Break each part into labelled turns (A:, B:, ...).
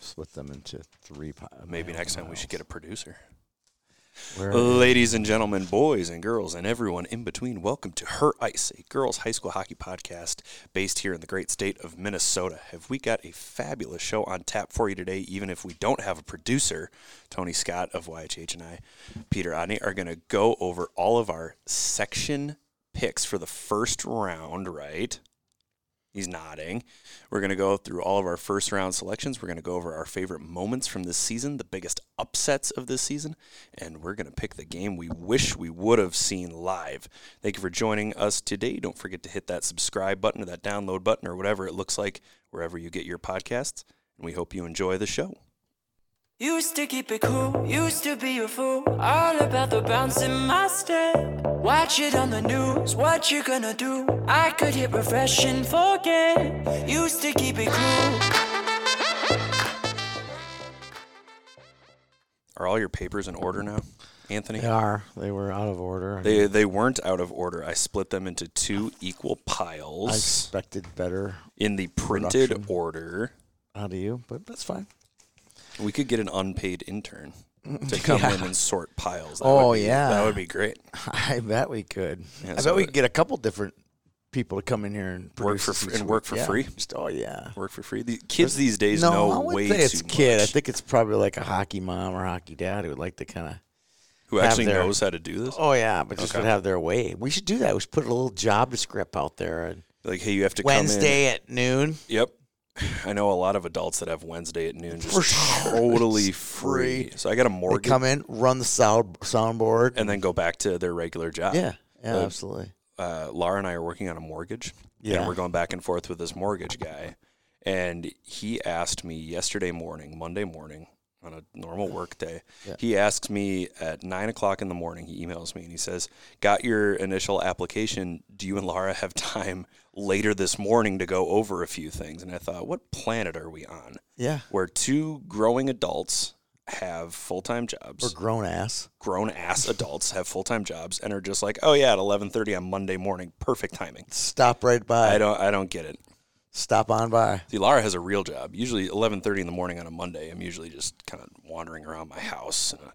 A: split them into three pi-
B: Maybe
A: miles
B: next
A: and
B: time we should get a
A: miles.
B: producer.
A: Where are we?
B: Ladies and gentlemen, boys and girls, and everyone in between, welcome to Her Ice, a girls' high school hockey podcast based here in the great state of Minnesota. Have we got a fabulous show on tap for you today? Even if we don't have a producer, Tony Scott of YHH and I, Peter Odney, are going to go over all of our section picks for the first round, right? He's nodding. We're going to go through all of our first round selections. We're going to go over our favorite moments from this season, the biggest upsets of this season, and we're going to pick the game we wish we would have seen live. Thank you for joining us today. Don't forget to hit that subscribe button or that download button or whatever it looks like wherever you get your podcasts. And we hope you enjoy the show.
C: Used to keep it cool, used to be a fool. All about the bounce in my step. Watch it on the news, what you gonna do? I could hit refresh and forget. Used to keep it cool.
B: Are all your papers in order now, Anthony?
A: They are. They were out of order. I mean,
B: They, they weren't out of order. I split them into two equal piles
A: I expected better
B: in the printed
A: Production.
B: order.
A: out of you, but that's fine.
B: We could get an unpaid intern to come in and sort piles. That
A: Oh,
B: would be,
A: yeah.
B: that would be great.
A: I bet we could.
B: Yeah,
A: I bet
B: so
A: we
B: it-
A: could get a couple different people to come in here and
B: Work
A: produce
B: for
A: us
B: fr-
A: each
B: and
A: week.
B: work for
A: Yeah.
B: free?
A: Just- oh yeah.
B: Work for free. The kids these days know
A: I wouldn't
B: way
A: say it's
B: too
A: kid.
B: much.
A: I think it's probably like a hockey mom or hockey dad who would like to kind of.
B: Who
A: have
B: actually
A: their-
B: knows how to do this?
A: Oh yeah, but just
B: Okay.
A: would have their way. We should do that. We should put a little job script out there. And
B: Like, hey, you have to come in.
A: Wednesday at noon.
B: Yep. I know a lot of adults that have Wednesday at noon just
A: For sure.
B: totally
A: It's
B: free.
A: free.
B: So I got a
A: They
B: mortgage
A: come in, run the sound soundboard.
B: and then go back to their regular job.
A: yeah, yeah,
B: uh,
A: absolutely.
B: uh, Laura and I are working on a mortgage, and
A: Yeah.
B: we're going back and forth with this mortgage guy. And he asked me yesterday morning, Monday morning, on a normal work day.
A: Yeah.
B: He asks me at nine o'clock in the morning. He emails me and he says, "Got your initial application. Do you and Laura have time later this morning to go over a few things?" And I thought, "What planet are we on?
A: Yeah,
B: Where two growing adults have full time jobs?
A: we're grown ass.
B: grown ass adults have full time jobs and are just like, oh yeah, at eleven thirty on Monday morning, perfect timing.
A: Stop right by.
B: I don't I don't get it.
A: Stop on by.
B: See, Lara has a real job. Usually eleven thirty in the morning on a Monday, I'm usually just kind of wandering around my house in a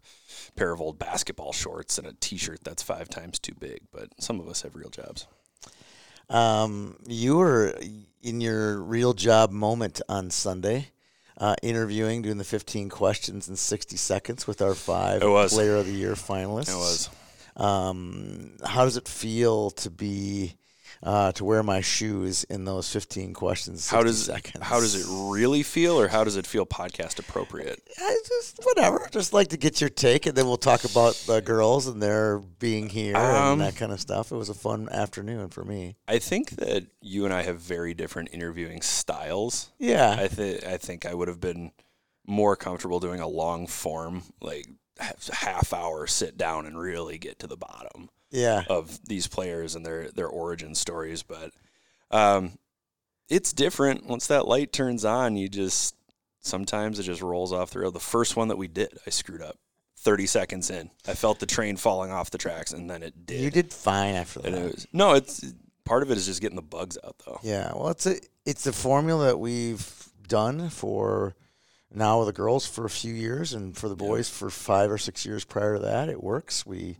B: pair of old basketball shorts and a t shirt that's five times too big. But some of us have real jobs.
A: Um, you were in your real job moment on Sunday, uh, interviewing, doing the 15 questions in 60 seconds with our five
B: I was.
A: Player of the Year finalists.
B: It was
A: Um, how does it feel to be uh, to wear my shoes in those 15 questions?
B: how does
A: 60 seconds?
B: how does it really feel or how does it feel podcast appropriate?
A: I just whatever. Just like to get your take, and then we'll talk about the girls and their being here
B: Um,
A: and that kind of stuff. It was a fun afternoon for me.
B: I think that you and I have very different interviewing styles.
A: Yeah,
B: I think I think I would have been more comfortable doing a long form, like h- half hour sit down and really get to the bottom
A: yeah.
B: of these players and their their origin stories. But um, it's different once that light turns on. You just sometimes it just rolls off the rail. The first one that we did, I screwed up. Thirty seconds in, I felt the train falling off the tracks, and then it did.
A: You did fine after that.
B: And it was, no, it's part of it is just getting the bugs out though.
A: Yeah, well, it's a it's a formula that we've done for now with the girls for a few years, and for the boys for five or six years prior to that. It works. We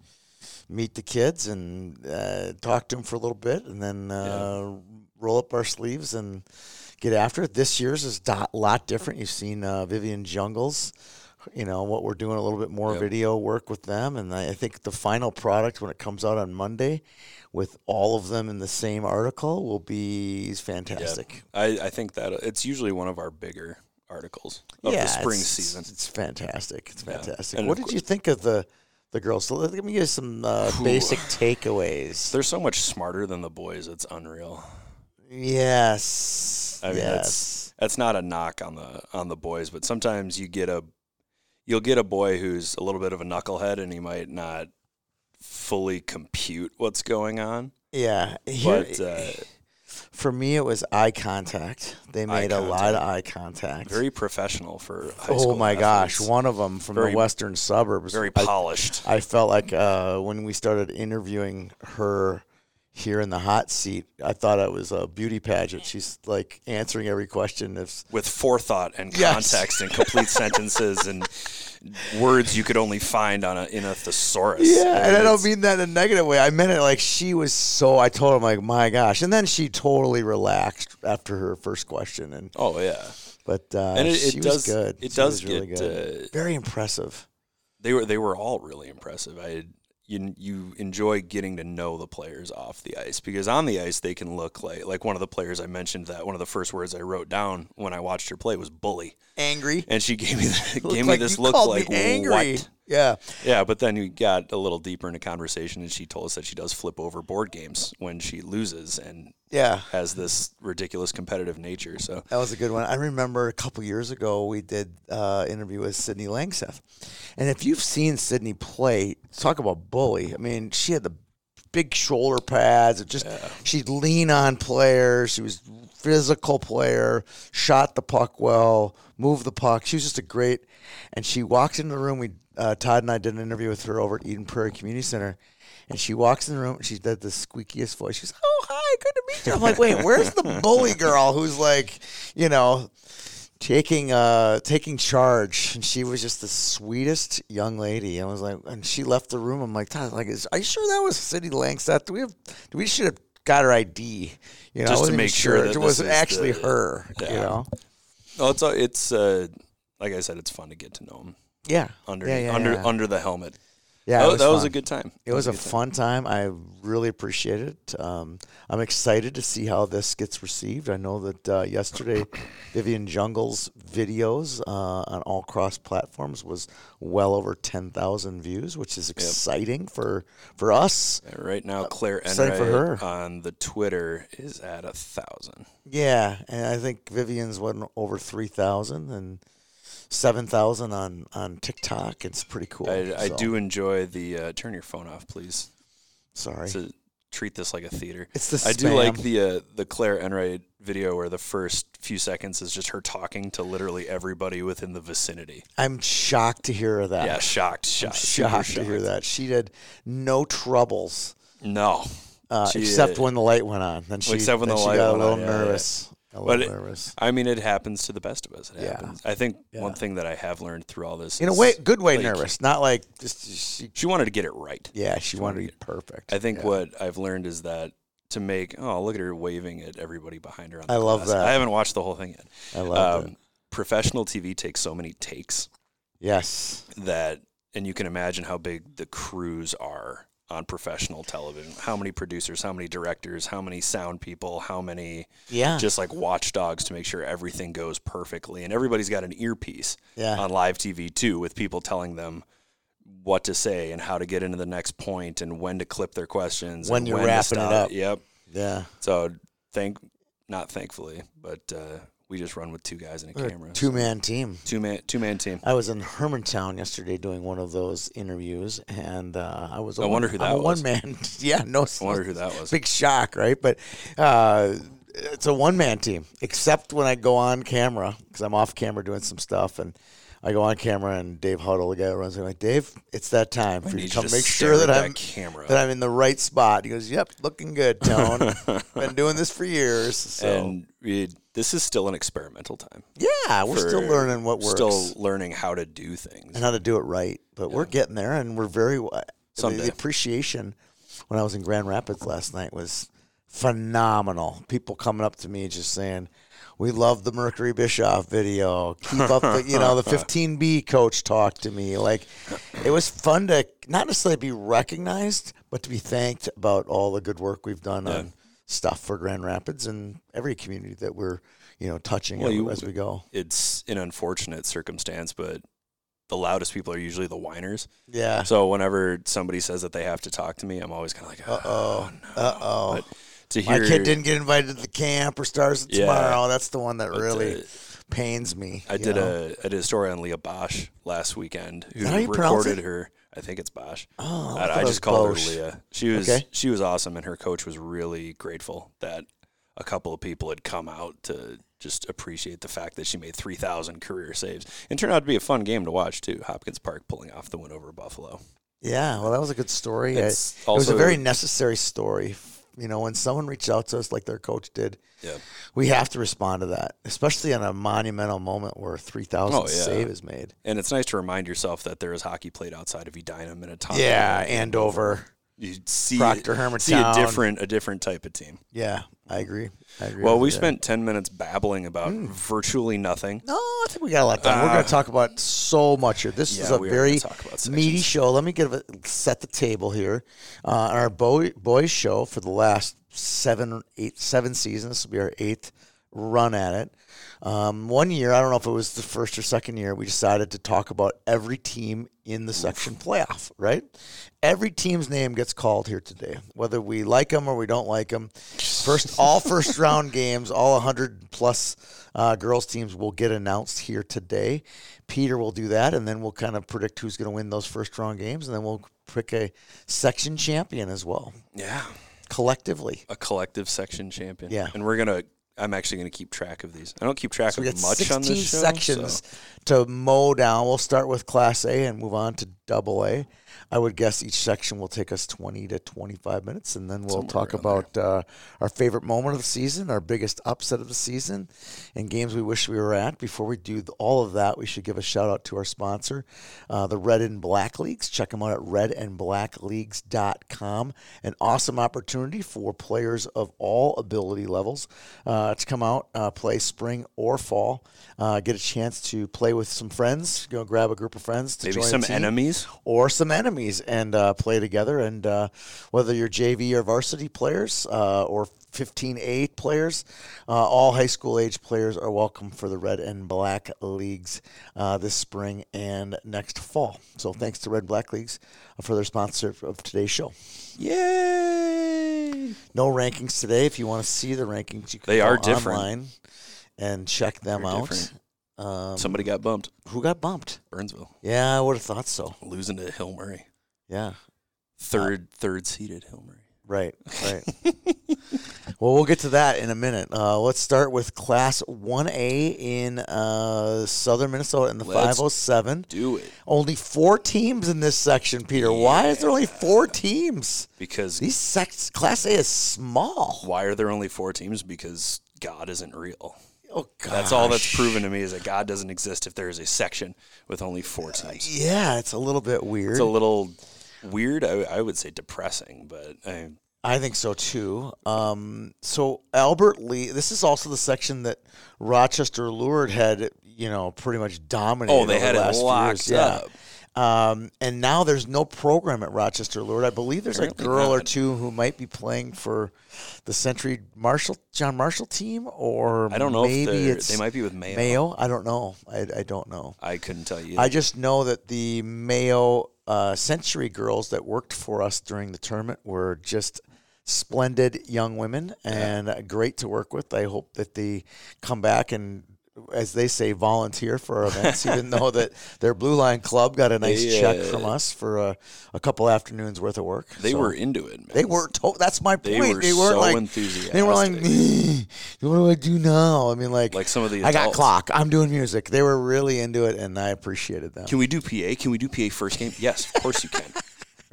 A: meet the kids and uh, talk to them for a little bit, and then uh, roll up our sleeves and get after it. This year's is a lot different. You've seen uh, Vivian Jungles. You know what we're doing a little bit more video work with them, and I I think the final product when it comes out on Monday, with all of them in the same article, will be fantastic.
B: I, I think that it's usually one of our bigger articles of the spring
A: it's-
B: season.
A: It's fantastic. It's fantastic.
B: And
A: What
B: of
A: did you think of the the girls? So let let me give you some uh, basic takeaways.
B: They're so much smarter than the boys. It's unreal.
A: Yes.
B: I mean,
A: yes.
B: that's that's not a knock on the on the boys, but sometimes you get a you'll get a boy who's a little bit of a knucklehead and he might not fully compute what's going on.
A: Yeah. Here-
B: but uh,
A: for me, it was eye contact. They
B: Eye
A: made a lot of eye contact.
B: very professional for high school.
A: oh my
B: athletes.
A: gosh! One of them from
B: Very-
A: the western suburbs.
B: very
A: I-
B: polished.
A: I felt like uh, when we started interviewing her here in the hot seat. I thought it was a beauty pageant. She's like answering every question. If
B: with forethought and
A: Yes.
B: context and complete sentences and words you could only find on a, in a thesaurus.
A: yeah, and I don't
B: it's-
A: mean that in a negative way. I meant it like she was so. I told him like, my gosh, and then she totally relaxed after her first question, and
B: Oh yeah,
A: but uh,
B: And it-
A: she
B: it does-
A: was good.
B: it
A: She
B: does
A: was really
B: get,
A: good.
B: uh,
A: very impressive.
B: they were they were all really impressive. I you you enjoy getting to know the players off the ice because on the ice they can look like like one of the players I mentioned that one of the first words I wrote down when I watched her play was bully,
A: Angry.
B: and she gave me the,
A: Looked
B: gave me
A: like
B: this
A: you
B: look
A: called
B: like
A: me angry.
B: what
A: Yeah.
B: Yeah, but then we got a little deeper into conversation, and she told us that she does flip over board games when she loses and
A: Yeah.
B: has this ridiculous competitive nature. So
A: That was a good one. I remember a couple years ago we did uh, interview with Sydney Langseth, and if you've seen Sydney play, talk about bully. I mean, she had the big shoulder pads. It just she'd lean on players. She was physical player. Shot the puck well. Moved the puck. She was just a great. And she walks into the room. We uh, Todd and I did an interview with her over at Eden Prairie Community Center. And she walks in the room and she's got the squeakiest voice. She's, oh, hi, good to meet you. I'm like, wait, where's the bully girl who's like, you know, taking uh taking charge? And she was just the sweetest young lady. I was like, and she left the room. I'm like, Todd, like, is, are you sure that was City Langstaff? Do we have, do we should have got her ID? You know, I
B: Just to
A: wasn't even
B: make sure that
A: it
B: this
A: was
B: is
A: actually
B: the-
A: her, you
B: Yeah.
A: know?
B: no, it's uh, it's uh, like I said, it's fun to get to know them
A: Yeah.
B: under
A: yeah, yeah,
B: under
A: yeah.
B: under the helmet.
A: Yeah,
B: that,
A: it
B: was, that was
A: fun.
B: a good time.
A: It was a
B: good time.
A: fun time. I really appreciate it. Um, I'm excited to see how this gets received. I know that uh, yesterday, Vivian Jungle's videos uh, on all cross platforms was well over 10,000 views, which is exciting for for us.
B: Yeah, Right now, Claire
A: exciting
B: Enright
A: Uh, for her.
B: on the Twitter is at a thousand.
A: Yeah, and I think Vivian's went over 3,000 and 7,000 on on TikTok. It's pretty cool.
B: I, I
A: So,
B: do enjoy the uh, turn your phone off, please.
A: Sorry.
B: to treat this like a theater.
A: It's the
B: I do like
A: spam.
B: the uh, the Claire Enright video where the first few seconds is just her talking to literally everybody within the vicinity.
A: I'm shocked to hear that.
B: Yeah, shocked,
A: I'm
B: shocked, super
A: shocked to hear that. She had no troubles
B: No,
A: uh,
B: She-
A: except when the light went on. Then she,
B: except when
A: then
B: the
A: she
B: light
A: got a
B: went
A: little
B: on, yeah, yeah, yeah.
A: nervous. A
B: But
A: little
B: it-
A: nervous.
B: I mean it happens to the best of us. It
A: Yeah.
B: happens. I think one
A: Yeah.
B: thing that I have learned through all this
A: In a
B: is,
A: way, good way,
B: like,
A: nervous. Not like just she.
B: She wanted to get it right.
A: Yeah, she wanted to
B: wanted
A: be perfect.
B: I think
A: Yeah.
B: what I've learned is that to make oh look at her waving at everybody behind her. On the
A: I love
B: glass.
A: that.
B: I haven't watched the whole thing yet. Um,
A: I love it.
B: professional TV takes so many takes.
A: Yes,
B: that and you can imagine how big the crews are on professional television how many producers how many directors how many sound people how many
A: yeah,
B: just like watchdogs to make sure everything goes perfectly and everybody's got an earpiece
A: yeah,
B: on live tv too with people telling them what to say and how to get into the next point and when to clip their questions
A: When
B: and
A: you're
B: when to
A: wrapping it
B: stop.
A: up.
B: yep
A: yeah.
B: so thank not thankfully but uh, we just run with two guys and a camera
A: Two man team.
B: two man two man team
A: I was in Hermantown yesterday doing one of those interviews, and uh, I was. a
B: I
A: one-
B: wonder who
A: I'm
B: that
A: a One
B: was.
A: man. yeah, no.
B: i wonder who that was
A: big shock, right? But uh, it's a one man team, except when I go on camera because I'm off camera doing some stuff, and I go on camera and Dave Huddle, the guy that runs, it, I'm like, Dave, it's that time for you
B: need you
A: to come
B: to
A: make
B: stare
A: sure
B: at
A: that
B: that
A: I'm
B: camera."
A: that I'm in the right spot. He goes, Yep, looking good, Tone. Been doing this for years, so
B: and it, this is still an experimental time.
A: yeah, we're still
B: for-
A: learning what works
B: Still learning how to do things.
A: and how to do it right. But we're getting there, and we're very. The,
B: Someday.
A: the appreciation when I was in Grand Rapids last night was phenomenal. People coming up to me just saying, "We love the Mercury Bischoff video. Keep up the you know the 15B coach talked to me. Like it was fun to not necessarily be recognized, but to be thanked about all the good work we've done on stuff for Grand Rapids and every community that we're you know touching
B: Well, you-
A: as we go.
B: It's an unfortunate circumstance, but the loudest people are usually the whiners.
A: Yeah.
B: So whenever somebody says that they have to talk to me, I'm always kind of like, oh,
A: Oh, uh oh.
B: But to
A: My
B: hear
A: kid didn't get invited to the camp or Stars of
B: Yeah.
A: Tomorrow. That's the one that really
B: uh,
A: pains me.
B: I
A: you
B: did
A: know?
B: a I did a story on Leah Bosch last weekend who
A: Is that how you pronounce
B: recorded her. I think it's Bosch.
A: Oh, I
B: I, I
A: thought it was
B: just called
A: Bosch.
B: her Leah. She was
A: Okay.
B: she was awesome, and her coach was really grateful that a couple of people had come out to just appreciate the fact that she made three thousand career saves. And turned out to be a fun game to watch too. Hopkins Park pulling off the win over Buffalo.
A: yeah. Well, that was a good story. I-
B: It's
A: it was
B: also-
A: a very necessary story f- You know, when someone reaches out to us like their coach did,
B: Yeah.
A: we have to respond to that, especially in a monumental moment where 3,000
B: Oh, yeah.
A: save is made.
B: And it's nice to remind yourself that there is hockey played outside of Edina, Minnetonka.
A: Yeah, Andover.
B: You see
A: Proctor, Hermantown.
B: see a different a different type of team.
A: Yeah, I agree. I agree
B: Well,
A: with
B: we
A: you there.
B: spent 10 minutes babbling about
A: Mm.
B: virtually nothing.
A: No, I think we got a lot done. We're going to talk about so much here. This
B: Uh, Yeah,
A: is a
B: we are
A: very
B: gonna talk about sections.
A: meaty show. Let me give a, set the table here. Uh, our boy, boys show for the last seven, eight, seven seasons. This will be our eighth run at it. Um, one year, I don't know if it was the first or second year, we decided to talk about every team in the section playoff. Right, every team's name gets called here today, whether we like them or we don't like them. First, all first round games, all 100 plus uh, girls teams will get announced here today. Peter will do that, and then we'll kind of predict who's going to win those first round games, and then we'll pick a section champion as well,
B: Yeah.
A: collectively.
B: A collective section champion.
A: Yeah.
B: And we're going to I'm actually going to keep track of these. I don't keep track
A: We got
B: of much
A: 16
B: on this show.
A: sections
B: so-
A: to mow down. We'll start with Class A and move on to Double A. I would guess each section will take us 20 to 25 minutes, and then we'll talk about uh, our favorite moment of the season, our biggest upset of the season, and games we wish we were at. Before we do th- all of that, we should give a shout out to our sponsor, uh, the Red and Black Leagues. Check them out at redandblackleagues.com. An awesome opportunity for players of all ability levels uh, to come out, uh, play spring or fall, uh, get a chance to play with some friends, go grab a group of friends to
B: maybe
A: join a
B: some
A: team
B: enemies.
A: or some enemies and uh, play together. And uh, whether you're JV or varsity players uh, or 15A players, uh, all high school age players are welcome for the Red and Black Leagues uh, this spring and next fall. So thanks to Red and Black Leagues for their sponsor of today's show.
B: Yay!
A: No rankings today. If you want to see the rankings, you can
B: They
A: go
B: are different.
A: online and check them
B: They're
A: out.
B: different.
A: Um,
B: Somebody got bumped.
A: who got bumped?
B: Burnsville
A: Yeah, I would have thought so.
B: losing to Hill Murray.
A: Yeah.
B: Third
A: Uh,
B: third seeded Hill Murray.
A: Right, right. well, we'll get to that in a minute. Uh, let's start with Class 1A in uh, southern Minnesota in the
B: Let's-
A: 507.
B: Do it
A: Only four teams in this section, Peter. Why is there only four teams?
B: because
A: These sex Class A is small.
B: why are there only four teams? Because God isn't real.
A: Oh, God.
B: That's all that's proven to me is that God doesn't exist if there is a section with only four teams.
A: Yeah, it's a little bit weird.
B: It's a little weird. I, I would say depressing, but I,
A: I think so too. Um, so Albert Lee, this is also the section that Rochester Lured had, you know, pretty much dominated.
B: Oh, they
A: over
B: had
A: the
B: it
A: last few
B: locked
A: years. Yeah. Um, and now there's no program at Rochester Lured. I believe there's
B: Apparently
A: a girl or
B: not.
A: two who might be playing for the Century Marshall John Marshall team, or
B: I don't know if
A: Maybe
B: they're-
A: it's
B: they might be with Mayo.
A: Mayo. I don't know. I, I don't know.
B: I couldn't tell you.
A: I just know that the Mayo uh, Century girls that worked for us during the tournament were just splendid young women and great to work with. I hope that they come back and, as they say, volunteer for our events, even though that their Blue Line Club got a nice check from us for a, a couple afternoons worth of work.
B: uh, they
A: So-
B: were into it. Man.
A: They were. To- that's my
B: They
A: point.
B: were
A: They weren't
B: so
A: like
B: enthusiastic.
A: They were like, "What do I do now?" I mean, like,
B: Like some of the
A: I got
B: adults.
A: clock. I'm doing music. They were really into it, and I appreciated them.
B: Can we do PA? Can we do PA first game? Yes, of course you can.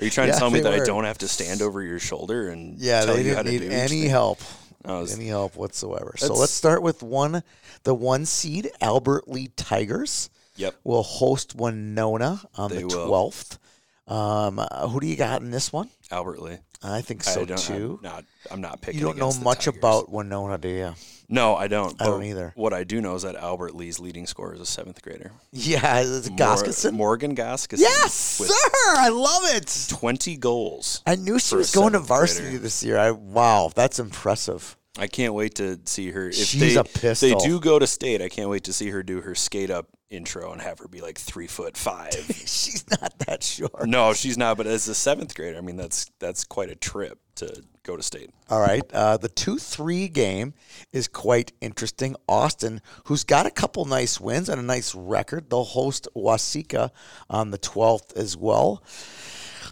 B: Are you trying
A: Yeah,
B: to tell me
A: they
B: that
A: were.
B: I don't have to stand over your shoulder and
A: Yeah,
B: tell
A: they
B: you how
A: didn't
B: to
A: need
B: do each
A: any
B: thing?
A: help,
B: No, it's-
A: any help whatsoever. So
B: That's-
A: let's start with one, the one seed Albert Lee Tigers.
B: Yep.
A: will host Winona on
B: They
A: the
B: will.
A: twelfth. Um, uh, who do you got in this one?
B: Albert Lee.
A: I think
B: I
A: so
B: don't,
A: too.
B: I'm not. I'm not picking.
A: You don't know
B: against the
A: much
B: Tigers.
A: about Winona, do you?
B: No, I don't.
A: I don't
B: but
A: either.
B: What I do know is that Albert Lee's leading scorer is a seventh grader.
A: Yeah, it's
B: Mor-
A: Goskinson.
B: Morgan Goskinson.
A: Yes,
B: with
A: sir. I love it.
B: 20 goals.
A: I knew she
B: For a
A: was going to
B: seventh
A: varsity
B: grader.
A: this year. I wow, that's impressive.
B: I can't wait to see her. If
A: She's
B: they,
A: a
B: if they
A: pistol.
B: do go to state, I can't wait to see her do her skate up intro and have her be like three foot five.
A: She's not that short.
B: no, she's not. But as a seventh grader, I mean, that's that's quite a trip to go to state.
A: All right. Uh, the 2 3 game is quite interesting. Austin, who's got a couple nice wins and a nice record, they'll host Wasika on the 12th as well.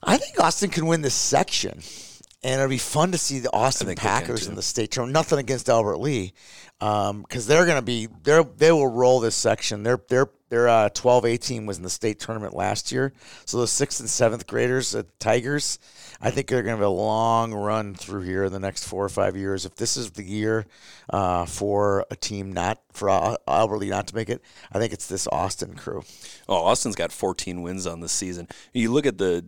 A: I think Austin can win this section. And it'll be fun to see the Austin
B: think they can,
A: Packers in
B: too.
A: the state tournament. Nothing against Albert Lee, because they're going to be they they will roll this section. Their their their uh, 12A team was in the state tournament last year, so those sixth and seventh graders, the Tigers, I think they're going to have a long run through here in the next four or five years. If this is the year uh, for a team not for Al- Albert Lee not to make it, I think it's this Austin crew.
B: Oh, Austin's got 14 wins on the season. You look at the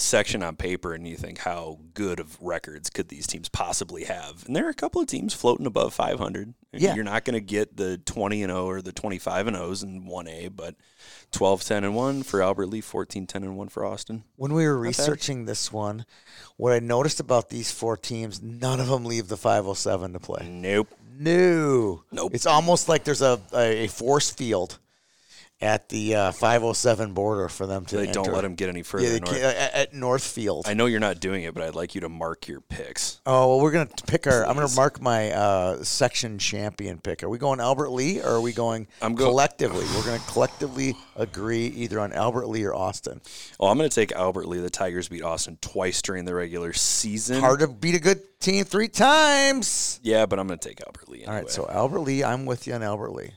B: section on paper and you think, how good of records could these teams possibly have? And there are a couple of teams floating above 500. And
A: Yeah.
B: You're not going to get the 20 and 0 or the 25 and 0s in 1A, but 12 10 and 1 for Albert Lee, 14 10 and 1 for Austin.
A: When we were
B: bad.
A: researching this one, what I noticed about these four teams, none of them leave the 507 to play.
B: Nope.
A: No.
B: Mm. Nope.
A: It's almost like there's a, a, a force field at the uh, 507 border for them to
B: They don't
A: enter.
B: let them get any further
A: Yeah, they
B: north.
A: can't, uh, at, at Northfield.
B: I know you're not doing it, but I'd like you to mark your picks.
A: oh, well, we're going to pick our, I'm going to mark my uh, section champion pick. Are we going Albert Lee or are we going
B: I'm go-
A: collectively? we're going to collectively agree either on Albert Lee or Austin.
B: Oh, I'm going to take Albert Lee. The Tigers beat Austin twice during the regular season.
A: Hard to beat a good team three times.
B: Yeah, but I'm going to take Albert Lee. Anyway.
A: All right, so Albert Lee, I'm with you on Albert Lee.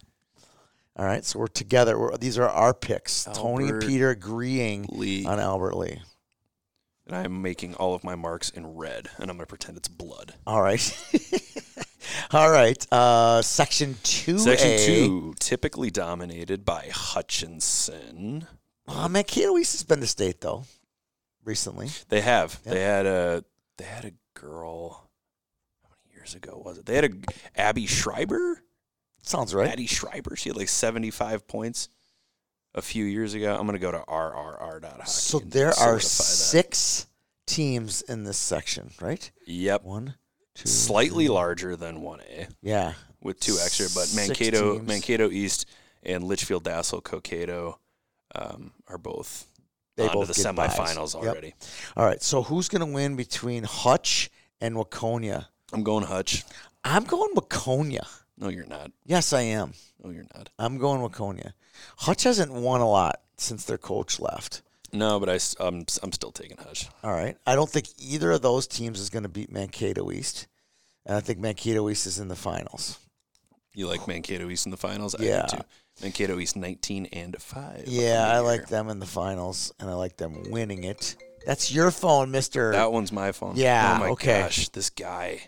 A: All right, so we're together. We're, these are our picks. Tony and
B: Albert
A: Peter agreeing
B: Lee.
A: on Albert Lee.
B: and I'm making all of my marks in red, and I'm going to pretend it's blood.
A: All right. All right. Uh, section 2A.
B: Section two, typically dominated by Hutchinson.
A: Oh, man, can't we suspend the state, though, recently?
B: They have.
A: Yep.
B: They had a. They had a girl. How many years ago was it? They had a Abby Schreiber.
A: Sounds right.
B: Abby Schreiber. She had like 75 points a few years ago. I'm going to go to RRR. Hockey
A: So
B: and
A: there are
B: certify that.
A: six teams in this section, right?
B: Yep.
A: One, two.
B: Slightly larger than 1A
A: Yeah.
B: with two extra, but
A: Six
B: Mankato,
A: teams.
B: Mankato East, and Litchfield Dassel Cocato um, are both
A: They
B: onto
A: both
B: the
A: get buys.
B: semifinals
A: Yep.
B: already.
A: All right. So who's going to win between Hutch and Waconia?
B: I'm going Hutch.
A: I'm going Waconia.
B: No, you're not.
A: Yes, I am.
B: No, you're not.
A: I'm going Waconia. Hutch hasn't won a lot since their coach left.
B: No, but I, am I'm still taking Hutch.
A: All right. I don't think either of those teams is going to beat Mankato East. And I think Mankato East is in the finals.
B: You like Mankato East in the finals?
A: Yeah.
B: I do too. Mankato East 19 and 5.
A: Yeah,
B: on the
A: I
B: year.
A: like them in the finals, and I like them winning it. That's your phone, Mister.
B: That one's my phone.
A: Yeah,
B: Oh my
A: okay.
B: gosh, this guy.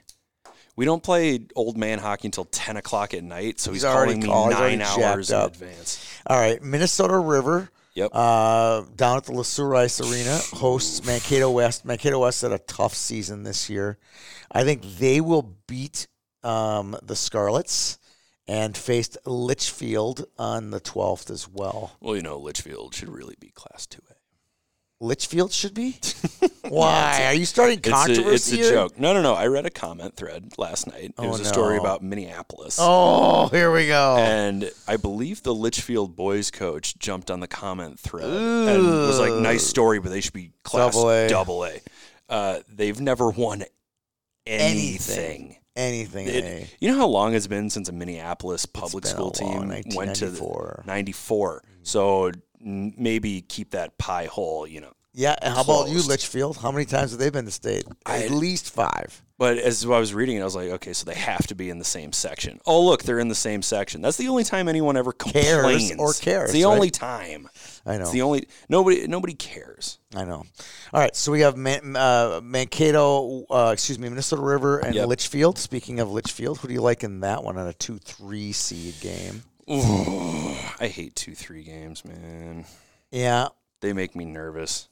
B: We don't play old man hockey until 10 o'clock at night, so he's,
A: He's already
B: calling me
A: called- he's already
B: nine hours
A: jacked
B: in
A: up.
B: advance.
A: All right, Minnesota River.
B: Yep.
A: Uh, down at the LeSueur Ice Arena hosts Mankato West. Mankato West had a tough season this year. I think they will beat um, the Scarlets and faced Litchfield on the 12th as well.
B: well, you know, Litchfield should really be Class 2A.
A: Litchfield should be? Why? Are you starting
B: It's a,
A: controversy?
B: it's a
A: here?
B: joke. No, no, no. I read a comment thread last night.
A: Oh,
B: it was a story
A: no.
B: about Minneapolis.
A: Oh, here we go.
B: And I believe the Litchfield boys coach jumped on the comment thread and was like, nice story, but they should be class
A: Double
B: double
A: A.
B: A. Uh, they've never won anything.
A: Anything.
B: It- you know how long it's been since a Minneapolis public
A: been a
B: school
A: long-
B: team went to the
A: 1994.
B: 94. So n- maybe keep that pie hole, you know.
A: yeah, and how about you,
B: closed.
A: Litchfield? How many times have they been to state?
B: I-
A: At least five.
B: But as I was reading it, I was like, okay, so they have to be in the same section. Oh, look, they're in the same section. That's the only time anyone ever
A: Cares or
B: complains
A: cares,
B: It's the
A: right?
B: only time.
A: I know.
B: It's the only nobody nobody cares.
A: I know. All right, so we have Man- uh, Mankato, uh, excuse me, Minnesota River and
B: Yep.
A: Litchfield. Speaking of Litchfield, who do you like in that one on a two-three seed game?
B: I hate two three games, man.
A: Yeah,
B: They make me nervous.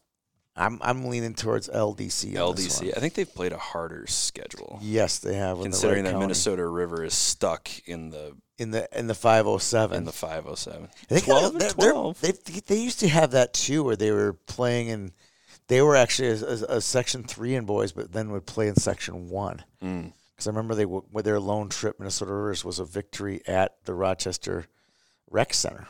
A: I'm I'm leaning towards LDC. on this
B: LDC.
A: one.
B: I think they've played a harder schedule,
A: Yes, they have. in the
B: considering
A: Wright
B: that
A: County.
B: Minnesota River is stuck in the
A: in the in the 507,
B: in the five oh seven.
A: I think
B: Twelve
A: they're-
B: and
A: they're-
B: twelve.
A: They, they used to have that too, where they were playing in. They were actually a, a, a section three in boys, but then would play in section one.
B: Mm.
A: Because I remember they w- their lone trip Minnesota Rivers was a victory at the Rochester Rec Center,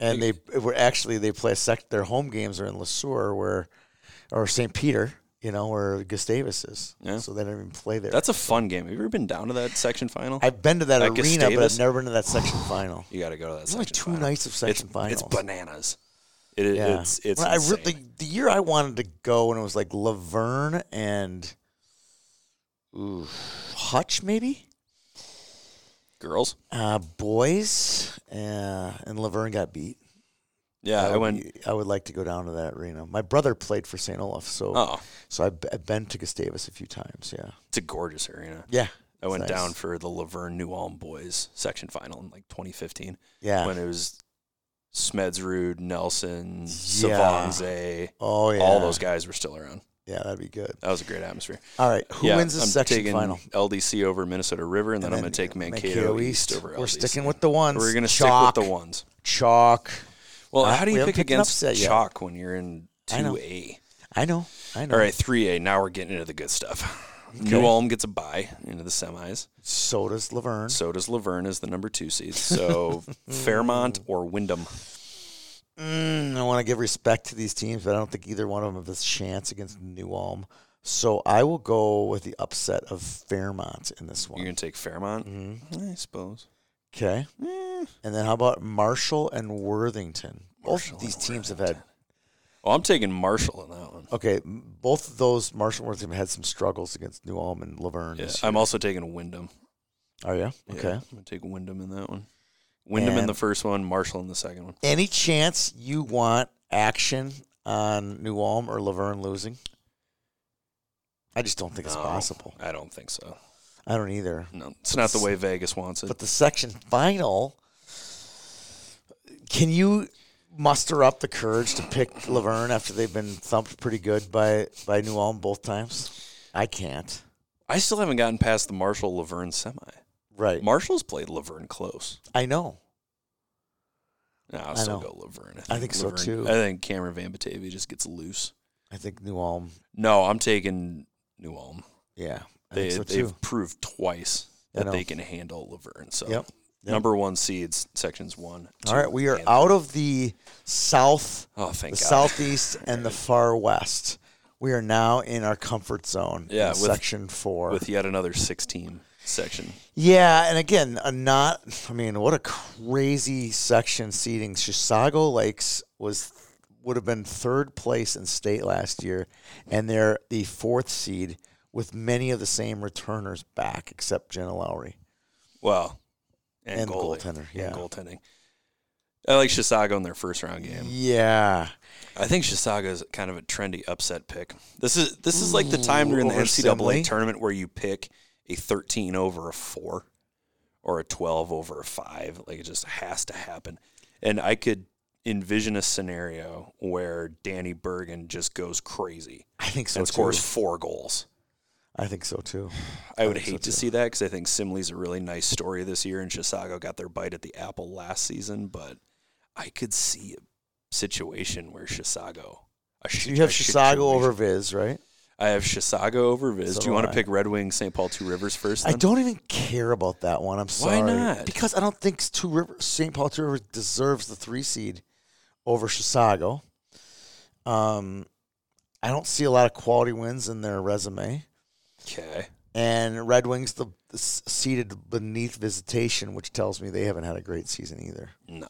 A: and they were actually they play sec- their home games are in LeSueur where, or St. Peter, you know, where Gustavus is.
B: Yeah.
A: So they didn't even play there.
B: That's a fun game. Have you ever been down to that section final?
A: I've been to that
B: At
A: arena, but I've
B: Gustavus?
A: never been to that section final.
B: you got to go to that.
A: There's
B: section
A: only two
B: final.
A: nights of
B: It's-
A: section finals.
B: It's bananas. It, It's it's.
A: When I re- the,
B: insane.
A: the year I wanted to go when it was like Laverne and ooh, Hutch maybe.
B: Girls?
A: Uh, boys uh, and Laverne got beat.
B: Yeah,
A: That
B: I
A: would
B: went.
A: be- I would like to go down to that arena. My brother played for St. Olaf, so
B: Oh,
A: so I've, I've been to Gustavus a few times. Yeah,
B: it's a gorgeous arena.
A: yeah.
B: I
A: it's
B: went
A: nice.
B: down for the Laverne New Ulm boys section final in like 2015
A: Yeah.
B: when it was Smedzrud, Nelson,
A: Yeah.
B: Savanze.
A: oh yeah.
B: All those guys were still around.
A: Yeah, that'd be good.
B: That was a great atmosphere.
A: All right, who
B: Yeah,
A: wins the
B: I'm
A: section
B: taking
A: final?
B: LDC over Minnesota River, and then, I'm going to take Mankato, East. over LDC.
A: We're sticking with the ones.
B: We're going to stick
A: Chalk.
B: with the ones.
A: Chalk.
B: Well,
A: Uh,
B: how do
A: we
B: you
A: haven't
B: pick
A: picked an
B: against
A: upset yet.
B: chalk when you're in
A: I know.
B: 2A?
A: I know. I know.
B: All right, 3A. Now we're getting into the good stuff. New
A: Okay.
B: Ulm gets a bye into the semis.
A: So does Laverne.
B: So does Laverne as the number two seed. So Fairmont or Wyndham.
A: Mm, I want to give respect to these teams, but I don't think either one of them has a chance against New Ulm. So I will go with the upset of Fairmont in this
B: You're
A: one.
B: going to take Fairmont?
A: Mm-hmm.
B: I suppose.
A: Okay.
B: Eh.
A: And then how about Marshall and Worthington? Both
B: Marshall
A: of these
B: and
A: teams have had
B: Oh, I'm taking Marshall in that one.
A: okay. m- Both of those Marshall and Worthington have had some struggles against New Ulm and Laverne.
B: Yeah,
A: this
B: I'm also taking Wyndham.
A: year. Are you
B: Yeah,
A: okay?
B: I'm going to take Wyndham in that one. Wyndham in
A: And-
B: the first one, Marshall in the second one.
A: Any chance you want action on New Ulm or Laverne losing? I just don't think it's
B: No,
A: possible.
B: I don't think so.
A: I don't either.
B: No, it's not the way Vegas wants it.
A: But the section final, can you muster up the courage to pick Laverne after they've been thumped pretty good by by New Ulm both times? I can't.
B: I still haven't gotten past the Marshall Laverne semi.
A: Right.
B: Marshall's played Laverne close.
A: I know.
B: No, I'll
A: I
B: still
A: know.
B: go Laverne.
A: I think so,
B: Laverne-
A: too.
B: I think Cameron Van Batavia just gets loose.
A: I think New Ulm.
B: No, I'm taking New Ulm.
A: Yeah. I
B: They,
A: think so
B: they've
A: too.
B: proved twice
A: I
B: that
A: know.
B: they can handle Laverne. So
A: Yep, yep.
B: number one seeds, sections one.
A: All
B: two,
A: right, we are
B: and-
A: out of the south,
B: Oh, thank
A: the
B: God.
A: southeast, and the far west. We are now in our comfort zone. in
B: Yeah, with-
A: section four.
B: with yet another six team section.
A: Yeah, and again, a not. I mean, what a crazy section seating. Chisago Lakes was would have been third place in state last year, and they're the fourth seed with many of the same returners back, except Jenna Lowry.
B: Well, and,
A: And the
B: goalie,
A: goaltender,
B: and
A: yeah.
B: goaltending. I like Chisago in their first round game.
A: Yeah,
B: I think Chisago is kind of a trendy upset pick. This is this is like the time during the
A: Over
B: NCAA
A: Simley?
B: tournament where you pick a 13 over a four or a 12 over a five. Like it just has to happen. And I could envision a scenario where Danny Bergen just goes crazy
A: I think so
B: and
A: too.
B: scores four goals.
A: I think so too.
B: I would
A: think so
B: hate to
A: too.
B: see that because I think Simley's a really nice story this year, and Chisago got their bite at the apple last season. But I could see a situation where Chisago. a
A: So
B: shi-
A: you have
B: a
A: Chisago over
B: situation-
A: Viz, right?
B: I have Chisago over Viz.
A: So
B: do you want
A: do
B: to
A: I.
B: pick Red Wing St. Paul Two Rivers first?
A: I
B: then?
A: don't even care about that one. I'm sorry.
B: not?
A: Because I don't think Two Rivers, St. Paul Two Rivers deserves the three seed over Chisago. Um, I don't see a lot of quality wins in their resume.
B: Okay.
A: And Red Wings the, the s- seated beneath visitation, which tells me they haven't had a great season either.
B: No.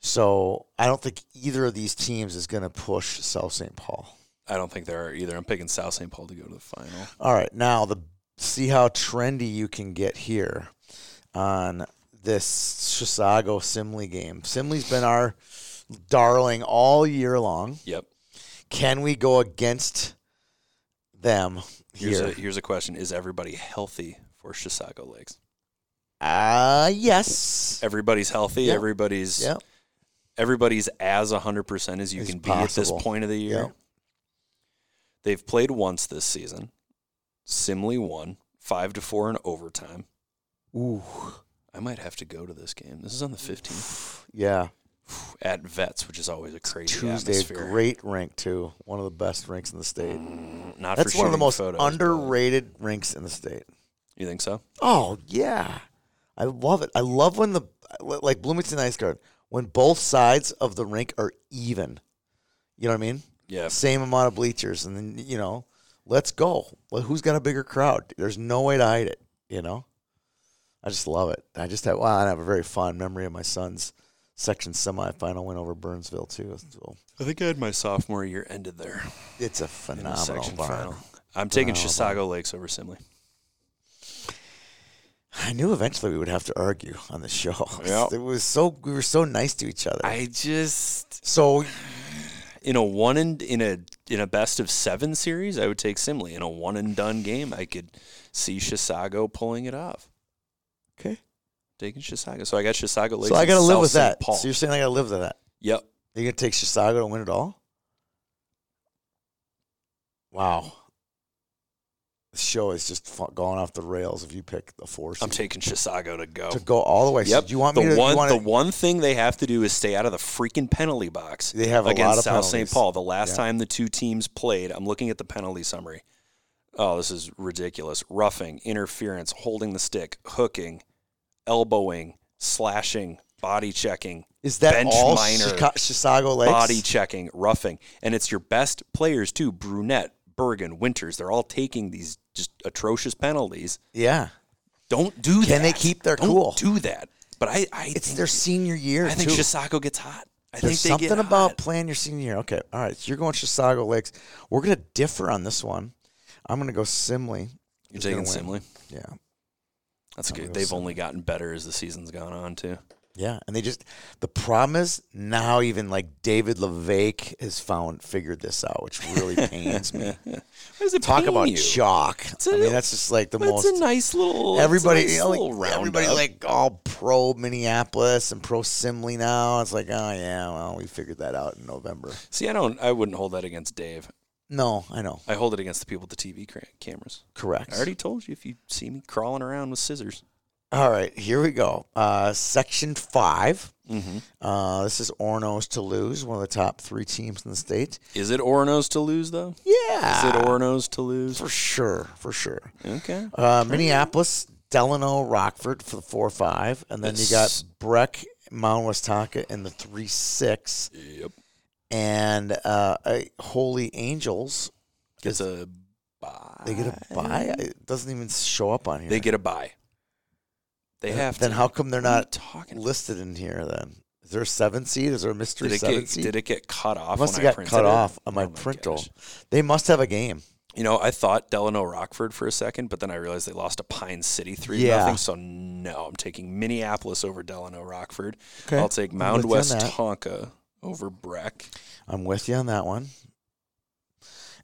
A: So I don't think either of these teams is going to push South St. Paul.
B: I don't think there are either. I'm picking South St. Paul to go to the final.
A: All right, now the see how trendy you can get here on this Chisago Simley game. Simley's been our darling all year long.
B: Yep.
A: Can we go against them
B: Here's a
A: here?
B: here's a question: Is everybody healthy for Chisago Lakes?
A: Ah, yes.
B: Everybody's healthy.
A: Yeah.
B: Everybody's
A: Yep.
B: everybody's as 100% as you
A: As
B: can be at this
A: possible.
B: point of the year.
A: Yep.
B: They've played once this season. Simley won 5 to 4 in overtime.
A: Ooh.
B: I might have to go to this game. This is on the 15th
A: Yeah.
B: at Vets, which is always a crazy
A: Tuesday,
B: atmosphere.
A: great rink too. One of the best rinks in the state.
B: Not
A: That's
B: for
A: one of the
B: shooting
A: most
B: photos, but-
A: underrated rinks in the state.
B: You think so?
A: Oh yeah, I love it. I love when the like Bloomington Ice Guard when both sides of the rink are even. You know what I mean?
B: Yeah.
A: Same amount of bleachers, and then you know, let's go. Well, who's got a bigger crowd? There's no way to hide it. You know, I just love it. I just have well, I have a very fond memory of my son's section semifinal win over Burnsville too. So
B: I think I had my sophomore year ended there
A: it's a
B: in the
A: phenomenal
B: section
A: barn.
B: final. I'm taking
A: Phenomenal
B: Chisago Lakes over Simley.
A: I knew eventually we would have to argue on the show.
B: Yeah.
A: It was so we were so nice to each other.
B: I just
A: so
B: in a one and in a in a best of seven series, I would take Simley. In a one and done game, I could see Chisago pulling it off.
A: okay,
B: Taking Chisago, so I got Chisago. Lakes
A: so I
B: and
A: got to live
B: South
A: with
B: St.
A: that.
B: Paul.
A: So you're saying I got to live with that?
B: yep.
A: You're gonna take Chisago to win it all? Wow. The show is just fu- going off the rails. If you pick the four,
B: I'm
A: seed
B: taking Chisago to go.
A: to go all the way. So
B: Yep.
A: do you want
B: the
A: me to? you
B: one?
A: want
B: the
A: to-
B: one thing they have to do is stay out of the freaking penalty box.
A: They have a
B: against
A: lot of
B: South St.
A: penalties.
B: Paul. The last
A: Yeah.
B: time the two teams played, I'm looking at the penalty summary. Oh, this is ridiculous! Roughing, interference, holding the stick, hooking, elbowing, slashing, body checking,
A: is that
B: bench
A: all?
B: minor,
A: Chica- Chisago Lakes.
B: body checking, roughing, and it's your best players too. Brunette, Bergen, Winters. They're all taking these just atrocious penalties.
A: yeah,
B: Don't do that.
A: Can they keep their
B: Don't
A: cool?
B: Do that. But I, I
A: it's
B: think
A: their senior year.
B: I think
A: too.
B: Chisago gets hot. I
A: There's
B: think they
A: something
B: get
A: about
B: hot.
A: playing your senior year. Okay, all right. So you're going Chisago Lakes. We're gonna differ on this one. I'm gonna go Simley.
B: You're
A: is
B: taking
A: gonna win.
B: Simley.
A: Yeah,
B: That's
A: I'm
B: good.
A: gonna go
B: They've
A: Simley.
B: only gotten better as the season's gone on too.
A: yeah. And they just the problem is now even like David Levake has found figured this out, which really pains me.
B: Does it
A: Talk
B: pain
A: about
B: you?
A: chalk.
B: It's
A: I
B: a-
A: mean, that's just like the
B: That's
A: most.
B: a nice little.
A: Everybody,
B: it's
A: you
B: a nice
A: know, like,
B: little roundup.
A: everybody like all pro Minneapolis and pro Simley now. It's like, oh yeah, well, we figured that out in November.
B: See, I don't. I wouldn't hold that against Dave.
A: No, I know,
B: I hold it against the people with the TV cra- cameras.
A: correct.
B: I already told you if you see me crawling around with scissors.
A: All right, here we go. Uh, section five.
B: Mm-hmm.
A: Uh, this is Ornos Toulouse, one of the top three teams in the state.
B: Is it Ornos to lose though?
A: Yeah,
B: Is it Ornos to lose?
A: for sure, for sure.
B: Okay.
A: Uh, Minneapolis, Delano, Rockford for the four five, and then you got
B: Yes.
A: Breck, Mount Westaka in the three six,
B: Yep.
A: and uh, uh, Holy Angels.
B: Gets a buy.
A: They get a buy. It doesn't even show up on here.
B: They get a buy. They have
A: Then
B: to.
A: how come they're
B: What are you
A: not
B: talking about?
A: listed in here? Then is there a seven seed? Is there a mystery
B: Did it,
A: seven
B: get,
A: seed?
B: did it get cut off?
A: I must
B: when
A: have
B: I
A: got
B: printed
A: cut
B: it?
A: off on my
B: Oh
A: print
B: gosh.
A: roll. They must have a game.
B: You know, I thought Delano Rockford for a second, but then I realized they lost to Pine City three
A: Yeah.
B: nothing. So no, I'm taking Minneapolis over Delano Rockford.
A: Okay.
B: I'll take
A: I'm
B: Mound
A: with
B: West
A: you on that.
B: Tonka over Breck.
A: I'm with you on that one.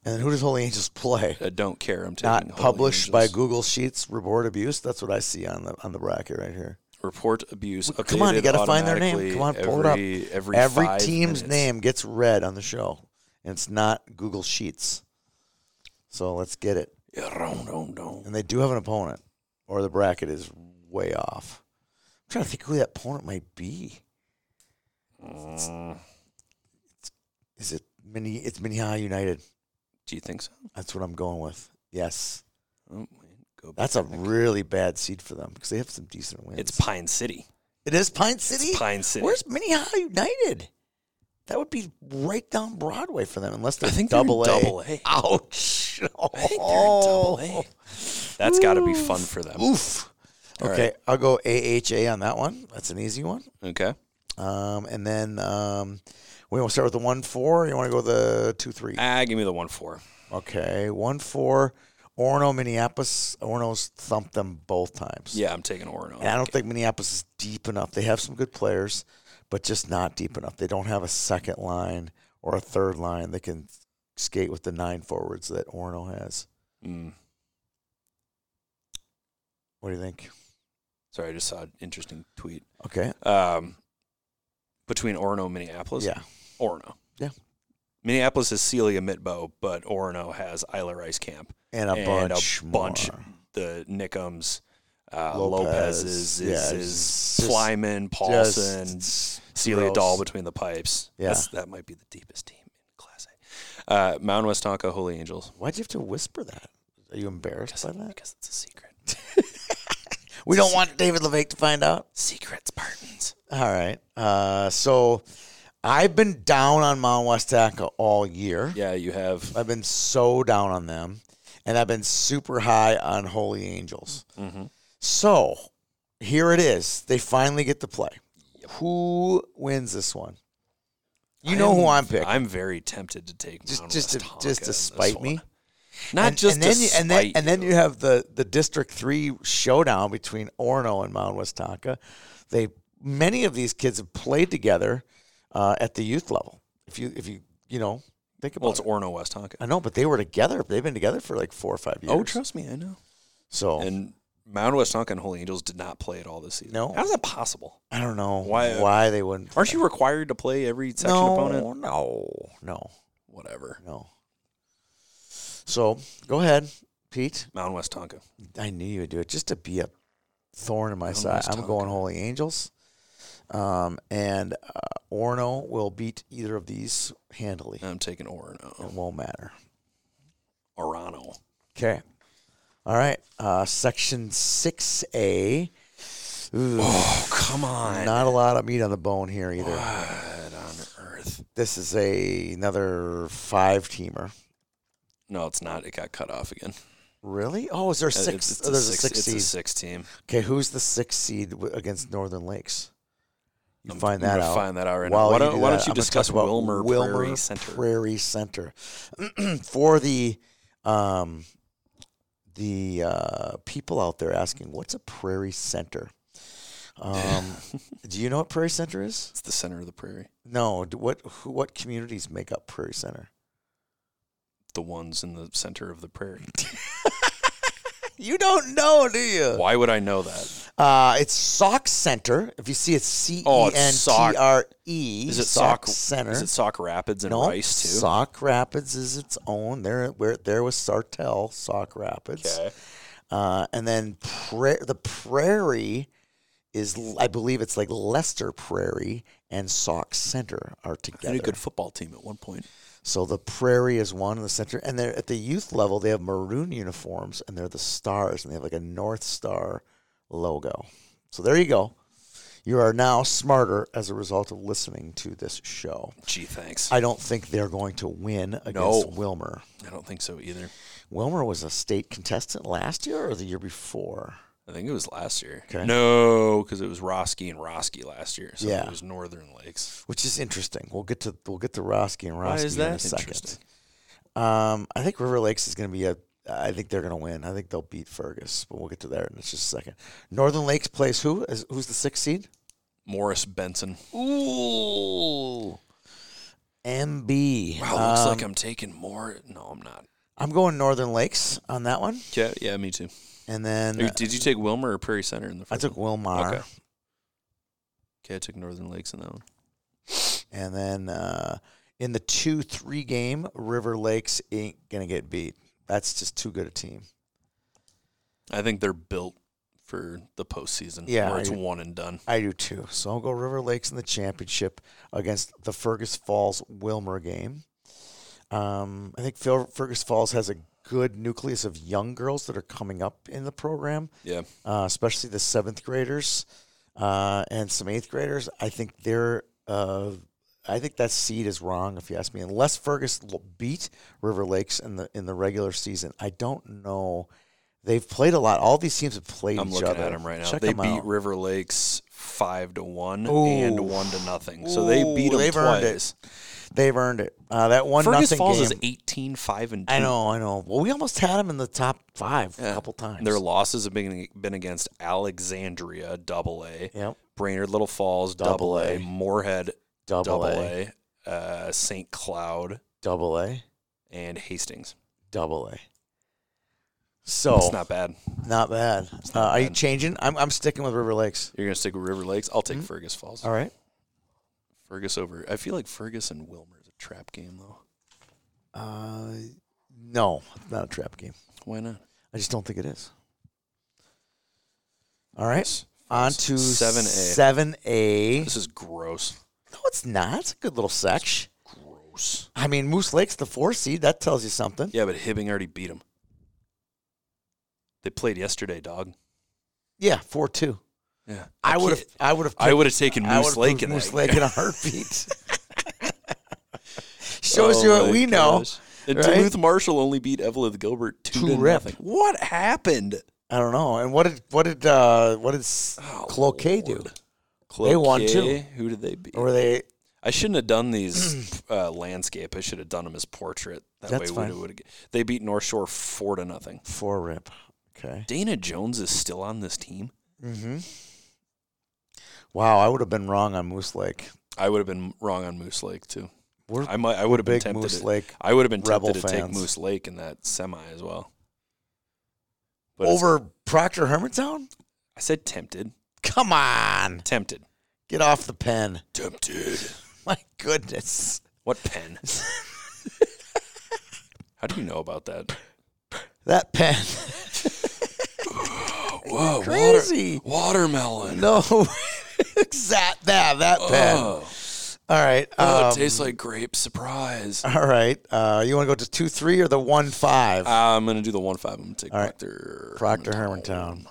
A: And then who does Holy Angels play?
B: I Uh, don't care. I'm taking
A: Not
B: Holy
A: published by
B: Angels.
A: Google Sheets. Report abuse. That's what I see on the on the bracket right here.
B: Report abuse.
A: Well, come on, you
B: got
A: gotta
B: to
A: find their name. Come on, pull it up.
B: every, up. Every
A: Every
B: five
A: team's
B: minutes.
A: name gets read on the show, and it's not Google Sheets. So let's get it.
B: Yeah, no, no, no.
A: And they do have an opponent, or the bracket is way off. I'm trying to think who that opponent might be.
B: Mm,
A: Is it Mini? It's Minnehaha United.
B: do you think so?
A: That's what I'm going with. Yes.
B: Oh, wait, go
A: That's a
B: back.
A: really bad seed for them because they have some decent wins.
B: It's Pine City.
A: it is Pine City.
B: Pine City.
A: Where's Minnehaha United? That would be right down Broadway for them, unless they're
B: I think they're in
A: double A.
B: double A.
A: Ouch!
B: I think they're in double A. That's got to be fun for them.
A: Oh, Oof.
B: All
A: Okay, I'll go AHA on that one. That's an easy one.
B: Okay.
A: Um, and then um, we want to start with the one four. You want to go the two three?
B: Ah, give me the one four.
A: Okay, one four. Orno, Minneapolis. Orno's thumped them both times.
B: Yeah, I'm taking Orono.
A: And I don't think Minneapolis is deep enough. They have some good players, but just not deep enough. They don't have a second line or a third line that can skate with the nine forwards that Orno has.
B: Mm.
A: What do you think?
B: Sorry, I just saw an interesting tweet.
A: Okay.
B: Um, between Orono and Minneapolis?
A: Yeah.
B: Orono.
A: Yeah.
B: Minneapolis is Celia Mitbo, but Orono has Isla Rice Camp,
A: And a
B: And a
A: bunch.
B: bunch.
A: more.
B: the Nickums, uh,
A: Lopez,
B: Lopez's,
A: yeah,
B: is,
A: it's
B: is
A: just-
B: Flyman, Paulson,
A: Just-
B: Celia
A: gross.
B: Dahl between the pipes.
A: Yeah.
B: That's, that might be the deepest team in Class A. Uh, Mount West Tonka, Holy Angels.
A: Why'd you have to whisper that? Are you embarrassed
B: Because,
A: by that?
B: because it's a secret.
A: We don't want David LeVake to find out.
B: Secret Spartans.
A: All right. Uh, so I've been down on Mount Westaka all year.
B: Yeah, you have.
A: I've been so down on them, and I've been super high on Holy Angels.
B: Mhm.
A: So here it is. They finally get to play. Who wins this one? You know who
B: I'm-
A: I'm picking.
B: I'm very tempted to take
A: just
B: Mount
A: just
B: West
A: to,
B: Tonka
A: just
B: in
A: to
B: this
A: spite me.
B: one. Not just
A: and then,
B: to
A: you, and then
B: spite
A: and then you have the the District Three showdown between Orno and Mount Westaka. They many of these kids have played together uh, at the youth level. If you if you you know think about
B: Well, it's
A: it.
B: Orno West Tonka.
A: I know, but they were together. They've been together for like four or five years.
B: Oh, trust me, I know.
A: So
B: And Mount West Tonka and Holy Angels did not play at all this season.
A: No.
B: How's that possible?
A: I don't know
B: Why-
A: why they wouldn't.
B: Aren't you required to play every section
A: no,
B: opponent?
A: no, no,
B: Whatever.
A: no. So go ahead, Pete.
B: Mount West Tonka.
A: I knew you would do it just to be a thorn in my
B: Don't
A: side.
B: waste
A: I'm
B: time,
A: going
B: okay.
A: Holy Angels. Um, and uh, Orno will beat either of these handily.
B: I'm taking Orno.
A: It won't matter.
B: Orano.
A: Okay. All right. Uh, section 6A. Ooh,
B: Oh, come on.
A: not a lot of meat on the bone here either.
B: God on earth.
A: This is a another five teamer.
B: No, it's not. It got cut off again.
A: Really? Oh, is there
B: Uh,
A: six?
B: It's, it's
A: oh,
B: a
A: there's
B: six,
A: a six
B: it's a
A: seed.
B: six team.
A: Okay, who's the six seed w- against Northern Lakes? You
B: I'm-
A: find
B: I'm
A: that
B: gonna
A: out.
B: find that out right
A: While
B: now. Why
A: you
B: don't,
A: do
B: why
A: that,
B: don't you
A: I'm gonna
B: discuss
A: talk about
B: Wilmer, Prairie
A: Wilmer
B: Center?
A: Prairie Center. For the um, the uh, people out there asking, what's a Prairie Center? Um, do you know what Prairie Center is?
B: It's the center of the prairie.
A: No. d- What who, what communities make up Prairie Center?
B: The ones in the center of the prairie.
A: You don't know, do you?
B: Why would I know that?
A: Uh, it's Sock Center. If you see it's C
B: Oh,
A: E
B: it's
A: N T
B: Sauk.
A: R E.
B: Is it
A: Sauk
B: Oh, Sock
A: Center?
B: Is it Sock Rapids and
A: no,
B: Rice too?
A: Sauk Rapids is its own. There, where there was Sartell, Sauk Rapids,
B: Okay.
A: uh, and then pra- the Prairie is, I believe, it's like Lester Prairie and Sauk Center are
B: They had a
A: together.
B: good football team at one point.
A: So the Prairie is one in the center, and they're at the youth level. They have maroon uniforms, and they're the stars, and they have like a North Star logo. So there you go. You are now smarter as a result of listening to this show.
B: Gee, thanks. I,
A: I don't think they're going to win against
B: No.
A: Wilmer.
B: don't think so either.
A: Wilmer was a state contestant last year or the year before.
B: I think it was last year.
A: Okay.
B: No, because it was Roski and Roski last year. So
A: Yeah.
B: it was Northern Lakes.
A: which is interesting. We'll get to we'll get to Roski and Roski
B: Why is
A: in a
B: that
A: second.
B: interesting?
A: Um, I think River Lakes is going to be a. I think they're going to win. I think they'll beat Fergus, but we'll get to that in just a second. Northern Lakes plays who? Is, who's the sixth seed?
B: Morris Benson.
A: Ooh, MB.
B: Wow, looks
A: Um,
B: like I'm taking more. No, I'm not.
A: I'm going Northern Lakes on that one,
B: Yeah, yeah, me too.
A: and then uh,
B: Are you- Did you take Wilmer or Prairie Center in the
A: I
B: first?
A: took Wilmar,
B: Okay. Okay, I took Northern Lakes in that one.
A: and then uh, in the two three game, River Lakes ain't going to get beat. That's just too good a team.
B: I think they're built for the postseason.
A: Yeah,
B: where it's
A: I-
B: one and done.
A: I do too. So I'll go River Lakes in the championship against the Fergus Falls Wilmer game. Um, I think Fer- Fergus Falls has a good nucleus of young girls that are coming up in the program,
B: Yeah,
A: uh, especially the seventh graders uh, and some eighth graders. I think they're. Uh, I think that seed is wrong, if you ask me. Unless Fergus l- beat River Lakes in the in the regular season, I don't know. They've played a lot. All these teams have played
B: I'm
A: each
B: looking
A: other.
B: at them right now.
A: Check
B: they
A: 'em
B: beat
A: out.
B: River Lakes five to one and
A: Ooh.
B: one to nothing. So they beat
A: Ooh,
B: them
A: they've
B: twice.
A: earned it. They've earned it. Uh, that one
B: Fergus
A: nothing
B: Falls
A: game.
B: is 18 5 and 2.
A: I know, I know. Well, we almost had him in the top five a
B: Yeah.
A: couple times.
B: Their losses have been, been against Alexandria, double A,
A: yep,
B: Brainerd Little Falls, double,
A: Double
B: A,
A: A.
B: Moorhead,
A: double,
B: double
A: A,
B: A, uh, St. Cloud,
A: double A,
B: and Hastings.
A: double A. So
B: It's not bad.
A: not bad. uh,
B: not
A: Are you
B: bad.
A: changing? I'm I'm sticking with River Lakes.
B: You're going to stick with River Lakes? I'll take Fergus Falls.
A: Mm-hmm. All right.
B: Fergus over. I feel like Fergus and Wilmer is a trap game, though.
A: Uh, no, it's not a trap game.
B: Why not?
A: I just don't think it is. All right. On to
B: 7A.
A: Seven A.
B: This is gross.
A: No, it's not. It's a good little sec.
B: Gross.
A: I mean, Moose Lake's the four seed. That tells you something.
B: Yeah, but Hibbing already beat them. They played yesterday, dog.
A: Yeah, four two.
B: Yeah.
A: I would
B: can't-
A: have. I would have.
B: I would have taken Moose Lake in
A: Moose
B: that
A: Lake
B: game.
A: in a heartbeat. Shows
B: Oh
A: you what
B: my
A: we know.
B: gosh. And
A: right?
B: Duluth Marshall only beat Evelyn Gilbert two,
A: Two
B: to
A: rep.
B: nothing. What happened?
A: I don't know. And what did what did uh, what did S Cloquet do?
B: Cloquet,
A: They won, too.
B: Oh, Who did they beat?
A: Or were they
B: I shouldn't have done these uh, landscape. I should have done them as portrait. That
A: That's
B: way we
A: fine.
B: would. They beat North Shore four to nothing.
A: Four rip. Okay.
B: Dana Jones is still on this team.
A: Mm-hmm. Wow, I would have been wrong on Moose Lake.
B: I would have been wrong on Moose Lake too.
A: We're
B: I might. I would have been
A: big
B: tempted.
A: Moose
B: to-
A: Lake
B: I would have been tempted
A: Rebel
B: to take
A: fans.
B: Moose Lake in that semi as well. But it's-
A: over Proctor Hermantown.
B: I said tempted.
A: Come on,
B: Tempted.
A: get off the pen.
B: Tempted.
A: My goodness,
B: What pen? How do you know about that?
A: that pen.
B: Whoa,
A: Crazy.
B: Water, watermelon.
A: no, exact that that pen. All
B: Oh,
A: right.
B: oh,
A: um,
B: it tastes like grape. Surprise.
A: all right. Uh, you want to go to two three or the one five?
B: I'm gonna do the one five. I'm gonna take
A: All right.
B: Proctor.
A: Proctor Hermantown.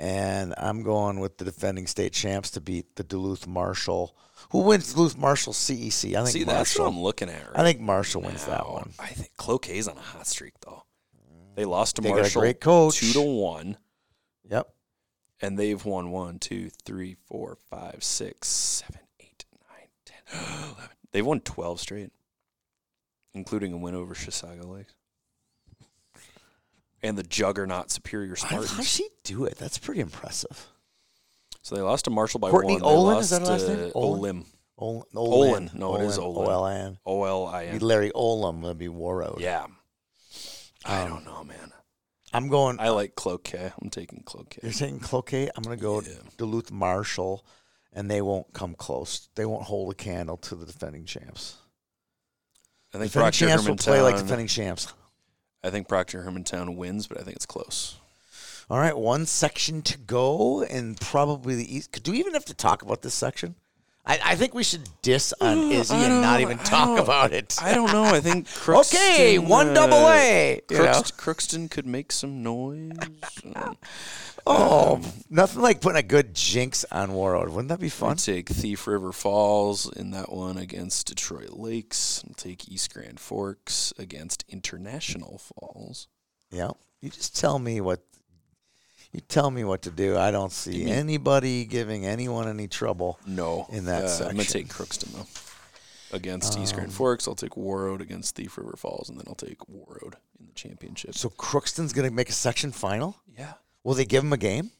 A: And I'm going with the defending state champs to beat the Duluth Marshall. Who wins Duluth Marshall CEC? I think
B: See, that's what
A: Marshall.
B: I'm looking at. Right
A: I think Marshall wins that
B: now.
A: one.
B: I think Cloquet's on a hot streak though. They lost to
A: They got a
B: Marshall
A: great coach.
B: two to one,
A: Yep.
B: and they've won one, two, three, four, five, six, seven, eight, nine, ten, eleven. They've won twelve straight, including a win over Chisago Lakes and the juggernaut Superior
A: How does
B: Spartans.
A: she do it? That's pretty impressive.
B: So they lost to Marshall by
A: Courtney
B: one. They
A: Olin,
B: lost
A: is that her last
B: to
A: name? Olin?
B: Olim.
A: Ol-
B: Olin. No, it is Olin.
A: O-L-N.
B: O L I
A: Be
B: N.
A: Larry Olam. That'd be Warroad.
B: Yeah. I
A: Um,
B: don't know, man.
A: I'm going.
B: I like Cloquet. I'm taking Cloquet.
A: You're saying Cloquet? I'm going to go
B: Yeah.
A: Duluth Marshall, and they won't come close. They won't hold a candle to the defending champs.
B: I think
A: defending
B: Proctor
A: champs will play like
B: Hermantown-
A: defending champs.
B: I think Proctor Hermantown wins, but I think it's close.
A: All right, one section to go, and probably the East. Do we even have to talk about this section? I, I think we should diss on Izzy
B: I
A: and not
B: don't-
A: even
B: I
A: talk
B: don't-
A: about it.
B: I don't know. I think uh,
A: okay, one double A. You know?
B: Crookston, could make some noise. Uh,
A: Oh, nothing like putting a good jinx on Warroad. Wouldn't that be
B: I'll
A: fun?
B: take Thief River Falls in that one against Detroit Lakes. I'll take East Grand Forks against International Falls.
A: Yeah. You just tell me what. You tell me what to do. I don't see anybody giving anyone any trouble.
B: No,
A: In that
B: I'm gonna
A: section. Um,
B: take Crookston though against East Grand Forks. I'll take Warroad against Thief River Falls, and then I'll take Warroad in the championship.
A: So Crookston's going to make a section final.
B: yeah,
A: Will they give him a game?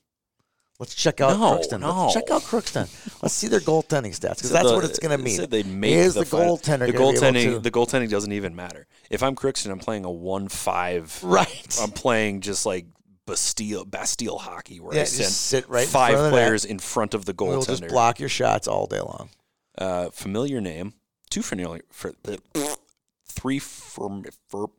A: Let's check out
B: No,
A: Crookston.
B: no.
A: Let's check out Crookston. Let's see their goaltending stats because
B: Said
A: that's
B: the-
A: what it's going to
B: it
A: mean.
B: Said they make
A: is
B: the,
A: the,
B: final.
A: goaltender gonna
B: The
A: be able
B: goaltending.
A: to-
B: The goaltending doesn't even matter. If I'm Crookston, I'm playing a one-five.
A: right?
B: I'm playing just like Bastille Bastille hockey, where
A: Yeah,
B: I
A: just
B: send
A: sit right in
B: five
A: front of the net.
B: players in front of the goaltender.
A: we'll just block your shots all day long.
B: Uh, familiar name, two familiar for the three for, for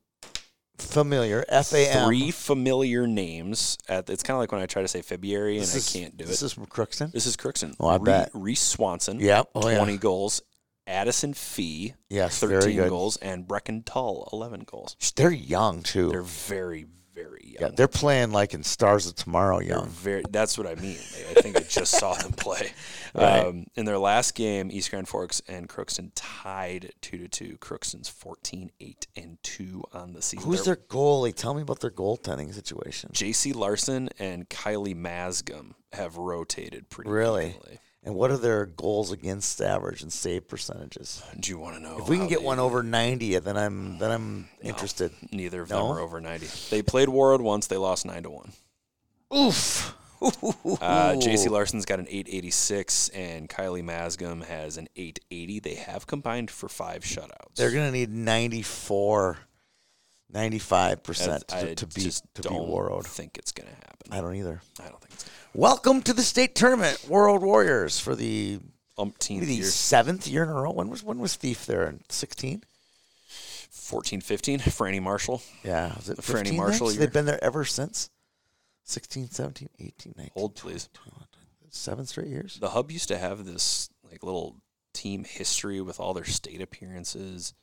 A: Familiar, F A M.
B: three familiar names. At it's kind of like when I try to say February and
A: This is-
B: I can't do
A: This
B: it.
A: is from Crookston.
B: This is Crookston.
A: Oh, I
B: Ree-
A: bet.
B: Reese Swanson.
A: Yep. Oh, yeah.
B: twenty goals. Addison Fee.
A: Yes, very
B: 13
A: good.
B: goals and Brecken Tull 11 goals.
A: They're young too.
B: They're very very young.
A: yeah, they're playing like in Stars of Tomorrow.
B: They're
A: Young.
B: very that's what I mean. They- I think I just saw them play.
A: Right.
B: Um, in their last game East Grand Forks and Crookston tied 2 to 2. Crookston's 14-8 and 2 on the season.
A: Who's
B: They're
A: their goalie? Tell me about their goaltending situation.
B: JC Larson and Kylie Masgum have rotated pretty
A: Really?
B: evenly.
A: And what are their goals against average and save percentages?
B: Do you want to know?
A: If we can
B: how
A: get
B: they-
A: one over 90, then I'm then I'm interested.
B: neither of
A: No?
B: them are over 90. They played Warroad once, they lost 9 to 1.
A: Oof.
B: Uh, JC Larson's got an 886, and Kylie Masgum has an 880. They have combined for five shutouts.
A: They're going to need 94, 95%
B: And
A: to, to be
B: just
A: to be
B: don't
A: Warroad.
B: think it's going to happen.
A: I don't either.
B: I don't think it's going
A: Welcome to the state tournament, World Warriors for the
B: to umpteenth
A: maybe the
B: year.
A: seventh year in a row. When was when was Thief there? In 16?
B: 14 15, Franny Marshall.
A: Yeah, was it
B: The Franny
A: 15
B: Marshall
A: next?
B: year.
A: They've been there ever since. 16, 17, 18, 19.
B: Hold, please.
A: Seven straight years.
B: The Hub used to have this like little team history with all their state appearances.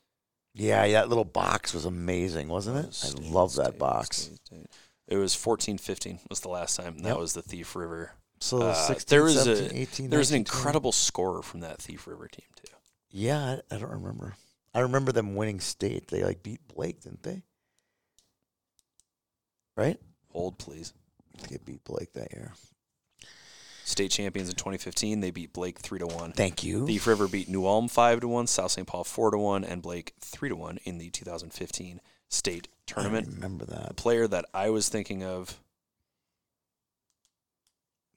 A: Yeah, yeah, that little box was amazing, wasn't it? I
B: State,
A: love that
B: state,
A: box.
B: state, state. It was 14 15 was the last time. That
A: Yep.
B: was the Thief River.
A: So
B: Uh,
A: 16,
B: there was
A: 17,
B: a
A: 18,
B: there was an
A: 19, 20.
B: incredible scorer from that Thief River team too.
A: Yeah, I, I don't remember. I remember them winning state. They like beat Blake, didn't they? Right?
B: Hold please.
A: They beat Blake that year.
B: State champions in 2015, they beat Blake three to one.
A: Thank you.
B: Thief River beat New Ulm five to one, South St. Paul four to one, and Blake three to one in the 2015 state tournament.
A: Remember that.
B: The player that I was thinking of,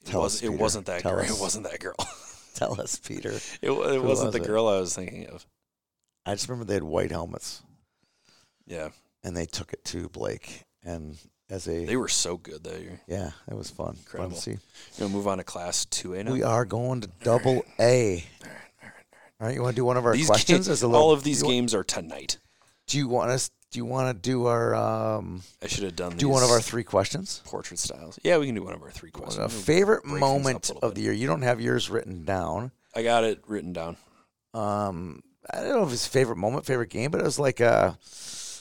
B: it,
A: Tell
B: was,
A: us,
B: it
A: Peter.
B: wasn't that
A: Tell
B: girl.
A: us.
B: It wasn't that girl.
A: Tell us, Peter.
B: it wa- it
A: Who
B: wasn't
A: was
B: the
A: it?
B: girl I was thinking of.
A: I just remember they had white helmets
B: Yeah,
A: and they took it to Blake. And as a,
B: they were so good that year.
A: yeah, it was fun. Fun
B: Incredible.
A: to see.
B: You know, move on to class two A now.
A: We are going to double A. All right, you want to do one of our
B: These
A: questions
B: games,
A: as a little,
B: all of these
A: do you,
B: games are tonight.
A: Do you want us? Do you want to do our um,
B: I should have done.
A: do
B: these
A: one of our three questions?
B: portrait styles. Yeah, we can do one of our three
A: What's
B: questions.
A: a favorite
B: break things up
A: moment
B: a little
A: of the year? You don't have yours written down.
B: I got it written down.
A: um I don't know if it's favorite moment, favorite game, but it was like uh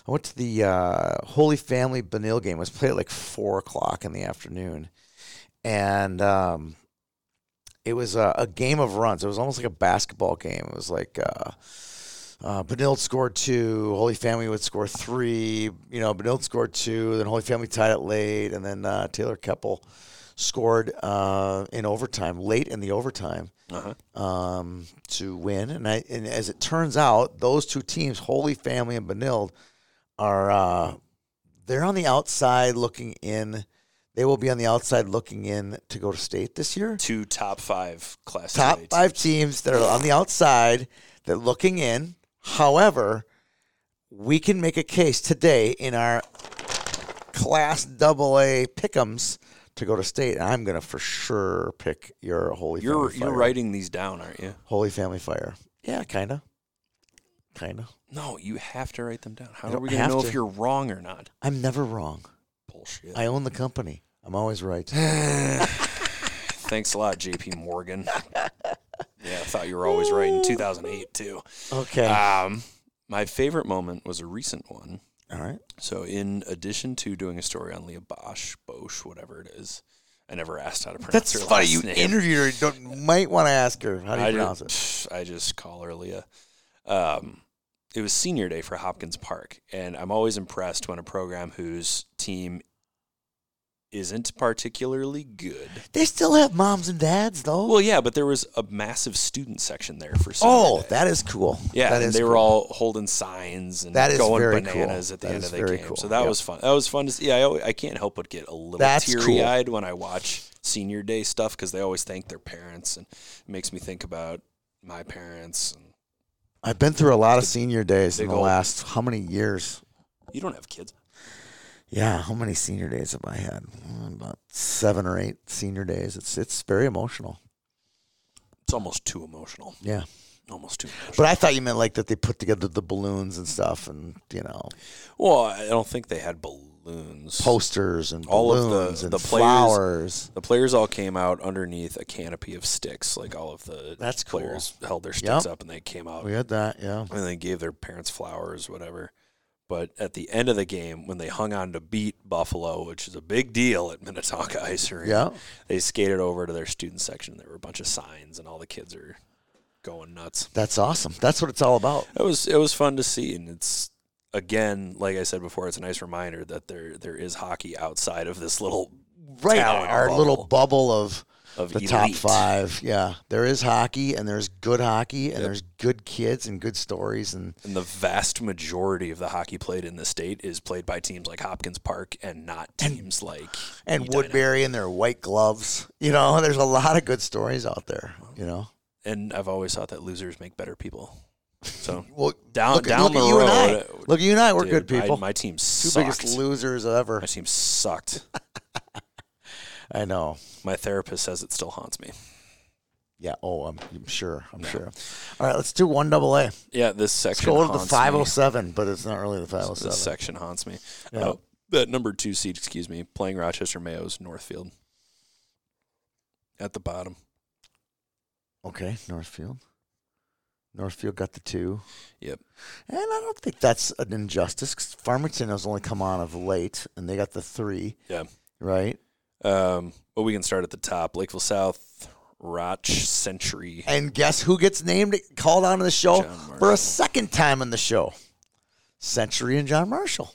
A: I went to the uh, Holy Family Benil game. It was played at like four o'clock in the afternoon, and um, it was a, a game of runs. It was almost like a basketball game. It was like uh, uh, Benilde scored two, Holy Family would score three. You know, Benilde scored two, then Holy Family tied it late, and then uh, Taylor Keppel scored uh, in overtime, late in the overtime
B: Uh-huh.
A: um, to win. And I and as it turns out, those two teams, Holy Family and Benilde, are uh, they're on the outside looking in. They will be on the outside looking in to go to state this year.
B: Two top five class.
A: Top
B: 2A teams.
A: five teams that are on the outside, they're looking in. However, we can make a case today in our class double A pickums to go to state. And I'm gonna for sure pick your Holy
B: You're
A: Family
B: you're
A: Fire.
B: writing these down, aren't you?
A: Holy Family Fire. Yeah, kind of. Kind of.
B: No, you have to write them down. How
A: I
B: are
A: don't
B: we gonna
A: have
B: know
A: to.
B: if you're wrong or not?
A: I'm never wrong.
B: Bullshit.
A: I own the company. I'm always right.
B: Thanks a lot, J.P. Morgan. yeah, I thought you were always right in 2008 too.
A: Okay.
B: Um, my favorite moment was a recent one.
A: All right.
B: So, in addition to doing a story on Leah Bosch, Bosch, whatever it is, I never asked how to pronounce
A: That's
B: her
A: funny.
B: last
A: You
B: name.
A: interviewed her. You Don't, might want to ask her how do you
B: I
A: pronounce it.
B: just, I just call her Leah. Um, it was senior day for Hopkins Park, and I'm always impressed when a program whose team isn't particularly good.
A: They still have moms and dads though.
B: Well, yeah, but there was a massive student section there for senior
A: oh,
B: day.
A: that is cool.
B: Yeah,
A: that
B: and
A: is
B: they were
A: cool.
B: all holding signs and
A: That is
B: going
A: very
B: bananas
A: cool.
B: at the
A: That
B: end
A: is
B: of the
A: very
B: game.
A: cool.
B: So that
A: Yep.
B: was fun. That was fun to see. I, al- I can't help but get a little
A: That's cool.
B: teary eyed when I watch senior day stuff because they always thank their parents and it makes me think about my parents. And
A: I've been through a lot of senior days in
B: Big
A: the
B: old-
A: last how many years?
B: you don't have kids.
A: Yeah, how many senior days have I had? Mm, About seven or eight senior days. It's it's very emotional.
B: It's almost too emotional.
A: Yeah,
B: Almost too emotional.
A: but I thought you meant like that they put together the balloons and stuff, and you know,
B: well, I don't think they had balloons.
A: posters and
B: All of the-
A: balloons and
B: the players-
A: flowers.
B: the players all came out underneath a canopy of sticks. Like all of the
A: That's cool.
B: players held their sticks
A: Yep.
B: up and they came out.
A: We had that, yeah.
B: and they gave their parents flowers, whatever. But at the end of the game, when they hung on to beat Buffalo, which is a big deal at Minnetonka Ice Arena,
A: Yeah.
B: they skated over to their student section. There were a bunch of signs, and all the kids are going nuts.
A: That's awesome. That's what it's all about.
B: It was it was fun to see, and it's again, like I said before, it's a nice reminder that there there is hockey outside of this little
A: Right.
B: Talent
A: Our little
B: bubble.
A: bubble of
B: of
A: the
B: elite.
A: top five. Yeah. There is hockey and there's good hockey and there's good kids and good stories and
B: And the vast majority of the hockey played in the state is played by teams like Hopkins Park and not teams like
A: and
B: Edina.
A: Woodbury and their white gloves. You know, there's a lot of good stories out there. You know?
B: and I've always thought that losers make better people. So
A: Well
B: down
A: look, at-
B: down
A: look
B: the
A: at you
B: road,
A: and I. Look at you and I, we're
B: dude,
A: good
B: my-
A: people.
B: My, team
A: Two
B: sucked.
A: biggest losers ever.
B: my team sucked.
A: I know.
B: My therapist says it still haunts me.
A: Yeah. Oh, I'm, I'm sure. I'm sure. All right, let's do one double A.
B: Yeah, this
A: Let's
B: section.
A: go to the
B: haunts
A: five oh
B: me.
A: seven, but it's not really the five oh
B: This
A: seven.
B: section haunts me.
A: Yeah.
B: Uh, that number two seed, excuse me, playing Rochester Mayo's Northfield at the bottom.
A: Okay, Northfield. Northfield got the two.
B: Yep.
A: And I don't think that's an injustice because Farmington has only come on of late and they got the three,
B: Yeah.
A: right?
B: Um, but we can start at the top. Lakeville South, Roch Century.
A: And guess who gets named, called on to the show
B: John
A: for
B: Marshall.
A: a second time on the show? Century and John Marshall.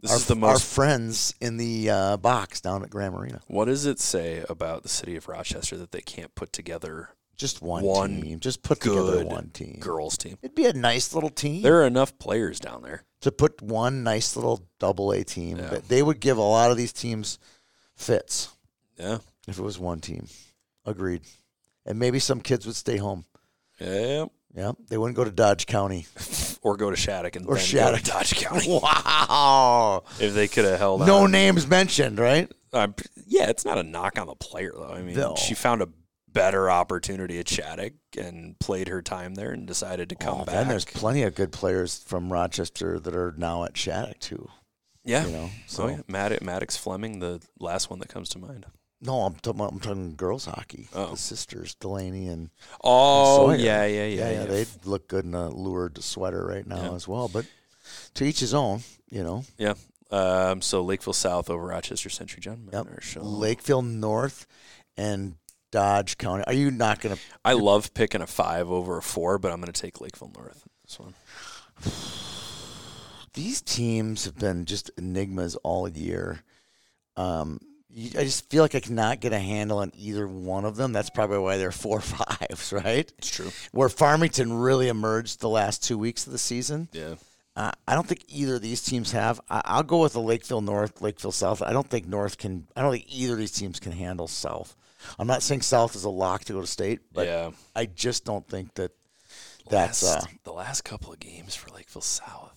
B: This
A: our,
B: is the
A: our
B: most.
A: friends in the uh, box down at Grand Marina.
B: what does it say about the city of Rochester that they can't put together
A: Just one,
B: One
A: team. Just put together
B: good
A: one team.
B: girls team?
A: It'd be a nice little team
B: There are enough players down there.
A: to put one nice little double A team.
B: Yeah.
A: But They would give a lot of these teams fits
B: Yeah.
A: if it was one team. Agreed. And maybe some kids would stay home.
B: Yeah.
A: Yeah, they wouldn't go to Dodge County.
B: Or go to Shattuck and
A: Or
B: then go
A: Shattuck.
B: to Dodge County.
A: Wow.
B: if they could have held
A: No
B: on.
A: names mentioned, right?
B: I'm- Uh, yeah, it's not a knock on the player though. I mean,
A: No.
B: she found a better opportunity at Shattuck and played her time there and decided to come
A: Oh,
B: back.
A: Then there's plenty of good players from Rochester that are now at Shattuck too.
B: yeah.
A: You know,
B: So
A: so
B: yeah, Mad- Maddox Fleming, the last one that comes to mind.
A: no, I'm talking, about- I'm talking girls hockey.
B: Oh.
A: The sisters Delaney and
B: Oh
A: Sawyer.
B: yeah, yeah, yeah,
A: yeah, yeah,
B: yeah.
A: they look good in a lured sweater right now
B: Yeah.
A: as well. But to each his own, you know.
B: Yeah. Um, so Lakeville South over Rochester Century John
A: Yep.
B: Manor Show.
A: Lakeville North and Dodge County. Are you not going to?
B: I love picking a five over a four, but I'm going to take Lakeville North. This one.
A: These teams have been just enigmas all year. Um, you, I just feel like I cannot get a handle on either one of them. That's probably why they're four fives, right?
B: It's true.
A: Where Farmington really emerged the last two weeks of the season.
B: Yeah.
A: Uh, I don't think either of these teams have. I, I'll go with the Lakeville North, Lakeville South. I don't think North can. I don't think either of these teams can handle South. I'm not saying South is a lock to go to state, but
B: yeah.
A: I just don't think that that's. Uh,
B: Last- the last couple of games for Lakeville South.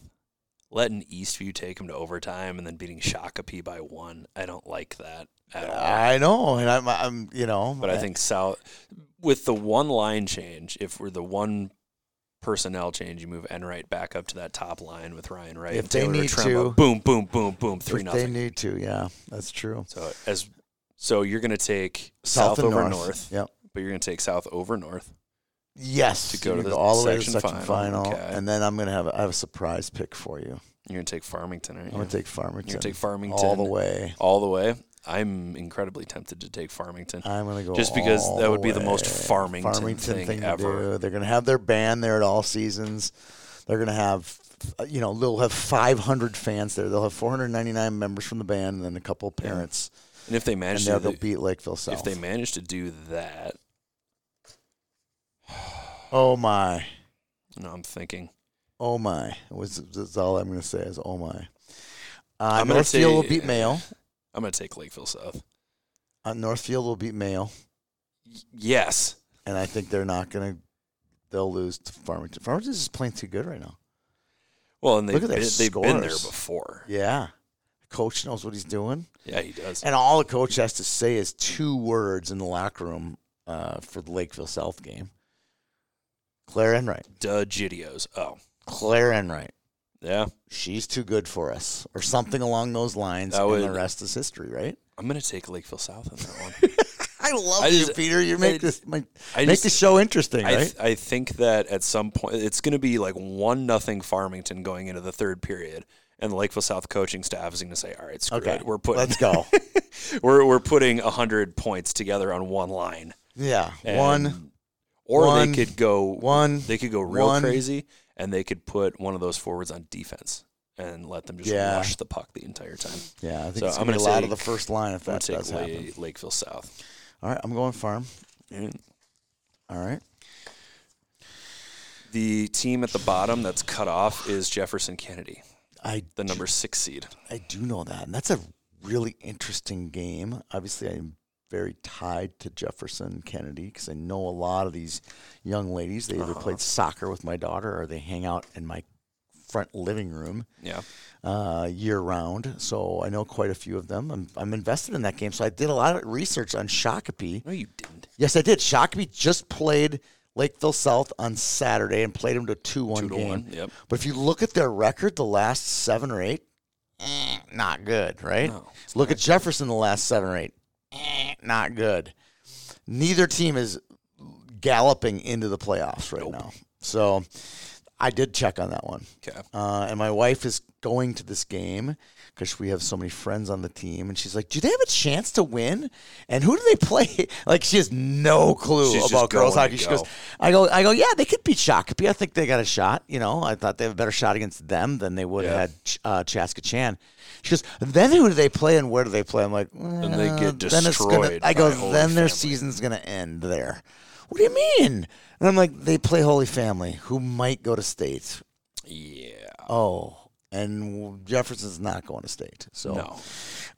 B: Letting Eastview take them to overtime and then beating Shakopee by one. I don't like that at all.
A: uh, I know, and I'm, I'm, you know,
B: But I think South, with the one line change, if we're the one personnel change, you move Enright back up to that top line with Ryan Wright.
A: If
B: and
A: they
B: Taylor
A: need
B: Tremba.
A: to.
B: boom, boom, boom, boom,
A: if
B: three
A: they
B: nothing.
A: need to. Yeah, that's true.
B: so as so you're going to take South,
A: South, and
B: over
A: North.
B: North,
A: Yep.
B: but you're going to take South over North.
A: Yes,
B: To
A: you
B: go to
A: can
B: the
A: all the way to
B: section
A: the section
B: final,
A: final,
B: okay.
A: and then I'm gonna have a, I have a surprise pick for you.
B: You're going to take Farmington. Aren't
A: I'm
B: you?
A: gonna take Farmington.
B: you're going to take Farmington
A: all the way.
B: all the way. I'm incredibly tempted to take Farmington.
A: I'm gonna go
B: Just because
A: all
B: that would be the most
A: way.
B: Farmington thing
A: to
B: ever.
A: do. They're gonna have their band there at all seasons. They're gonna have, uh, you know, they'll have 500 fans there. They'll have 499 members from the band, and then a couple parents,
B: and if they
A: and
B: manage
A: they'll,
B: to,
A: they'll
B: do-
A: beat Lakeville South.
B: if they manage to do that,
A: oh my,
B: no, I'm thinking
A: oh my, was that's all I'm gonna say is oh my. Uh,
B: I'm gonna
A: Northfield will
B: say-
A: beat Mayo.
B: I'm going to take Lakeville South.
A: Uh, Northfield will beat Mayo,
B: Y- yes,
A: and I think they're not gonna. They'll lose to Farmington. Farmington's just playing too good right now.
B: Well, and they've,
A: Look at
B: been,
A: their
B: they've been there
A: scores.
B: before.
A: Yeah, coach knows what he's doing.
B: Yeah, he does.
A: And all the coach has to say is two words in the locker room uh, for the Lakeville South game. Claire Enright.
B: Duh, Gideos. Oh,
A: Claire Enright.
B: yeah.
A: She's too good for us, or something along those lines.
B: That
A: and
B: would-
A: the rest is history, right?
B: I'm going to take Lakeville South on that one.
A: I love
B: I
A: you,
B: just-
A: Peter. You
B: I-
A: make this my,
B: I
A: make
B: just-
A: the show interesting,
B: I,
A: right?
B: th- I think that at some point it's going to be like one nothing Farmington going into the third period, and the Lakeville South coaching staff is going to say, "All right, screw
A: okay,
B: it. We're putting
A: Let's go.
B: we're we're putting hundred points together on one line."
A: Yeah,
B: And-
A: one,
B: or
A: one,
B: they could go
A: one.
B: They could go real
A: one.
B: crazy, and they could put one of those forwards on defense and let them just
A: Yeah.
B: rush the puck the entire time.
A: Yeah, I think
B: So
A: it's
B: I'm
A: gonna be a
B: gonna
A: lot of the
B: take-
A: first line if
B: I'm going
A: that
B: to
A: does
B: take
A: happen.
B: La- Lakeville South.
A: All right, I'm going farm. All right,
B: The team at the bottom that's cut off is Jefferson Kennedy,
A: I
B: the number six seed.
A: I do know that. And that's a really interesting game. Obviously, I'm very tied to Jefferson Kennedy because I know a lot of these young ladies. They
B: Uh-huh.
A: either played soccer with my daughter or they hang out in my front living room
B: Yeah.
A: uh, year round. So I know quite a few of them. I'm, I'm invested in that game. So I did a lot of research on Shakopee.
B: No, you didn't.
A: Yes, I did. Shakopee just played Lakeville South on Saturday and played them to a 2 1
B: Two to
A: game.
B: one. Yep.
A: But if you look at their record, the last seven or eight, eh, not good, right?
B: No, it's
A: look at Jefferson, the last seven or eight, eh, not good. Neither team is galloping into the playoffs right now. So I did check on that one.
B: Okay.
A: Uh, and my wife is going to this game because we have so many friends on the team. And she's like, Do they have a chance to win? And who do they play? Like, she has no clue
B: She's just
A: about girls
B: going to
A: hockey. She goes,
B: go.
A: I go, I go, yeah, they could beat Shakopee. I think they got a shot. You know, I thought they have a better shot against them than they would
B: Yeah.
A: have had Ch- uh, Chaska Chan. She goes, then who do they play and where do they play? I'm like, then
B: they get
A: Then it's gonna,
B: destroyed
A: I go,
B: by Holy
A: then their
B: Family."
A: season's gonna end there. What do you mean? And I'm like, they play Holy Family, who might go to state.
B: Yeah.
A: Oh, and Jefferson's not going to state. So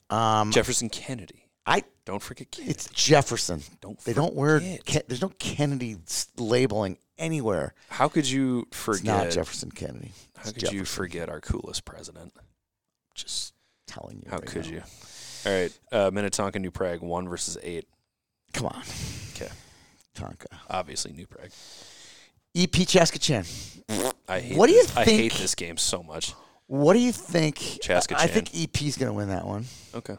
B: No.
A: um,
B: Jefferson Kennedy.
A: I
B: Don't forget Kennedy.
A: it's Jefferson.
B: Don't
A: they don't wear
B: forget.
A: Ken, there's no Kennedy s- labeling anywhere.
B: How could you
A: It's not
B: forget?
A: Jefferson Kennedy.
B: how
A: It's
B: could you forget our coolest president?
A: Just telling you.
B: How
A: right
B: could
A: now.
B: you? All right, uh, Minnetonka, New Prague, one versus eight.
A: Come on,
B: Okay,
A: Tonka.
B: obviously New Prague.
A: EP Chaskachan.
B: I hate
A: What do you
B: this- I hate
A: think-
B: this game so much.
A: What do you think?
B: Chaskachan.
A: I think EP's going to win that one,
B: Okay,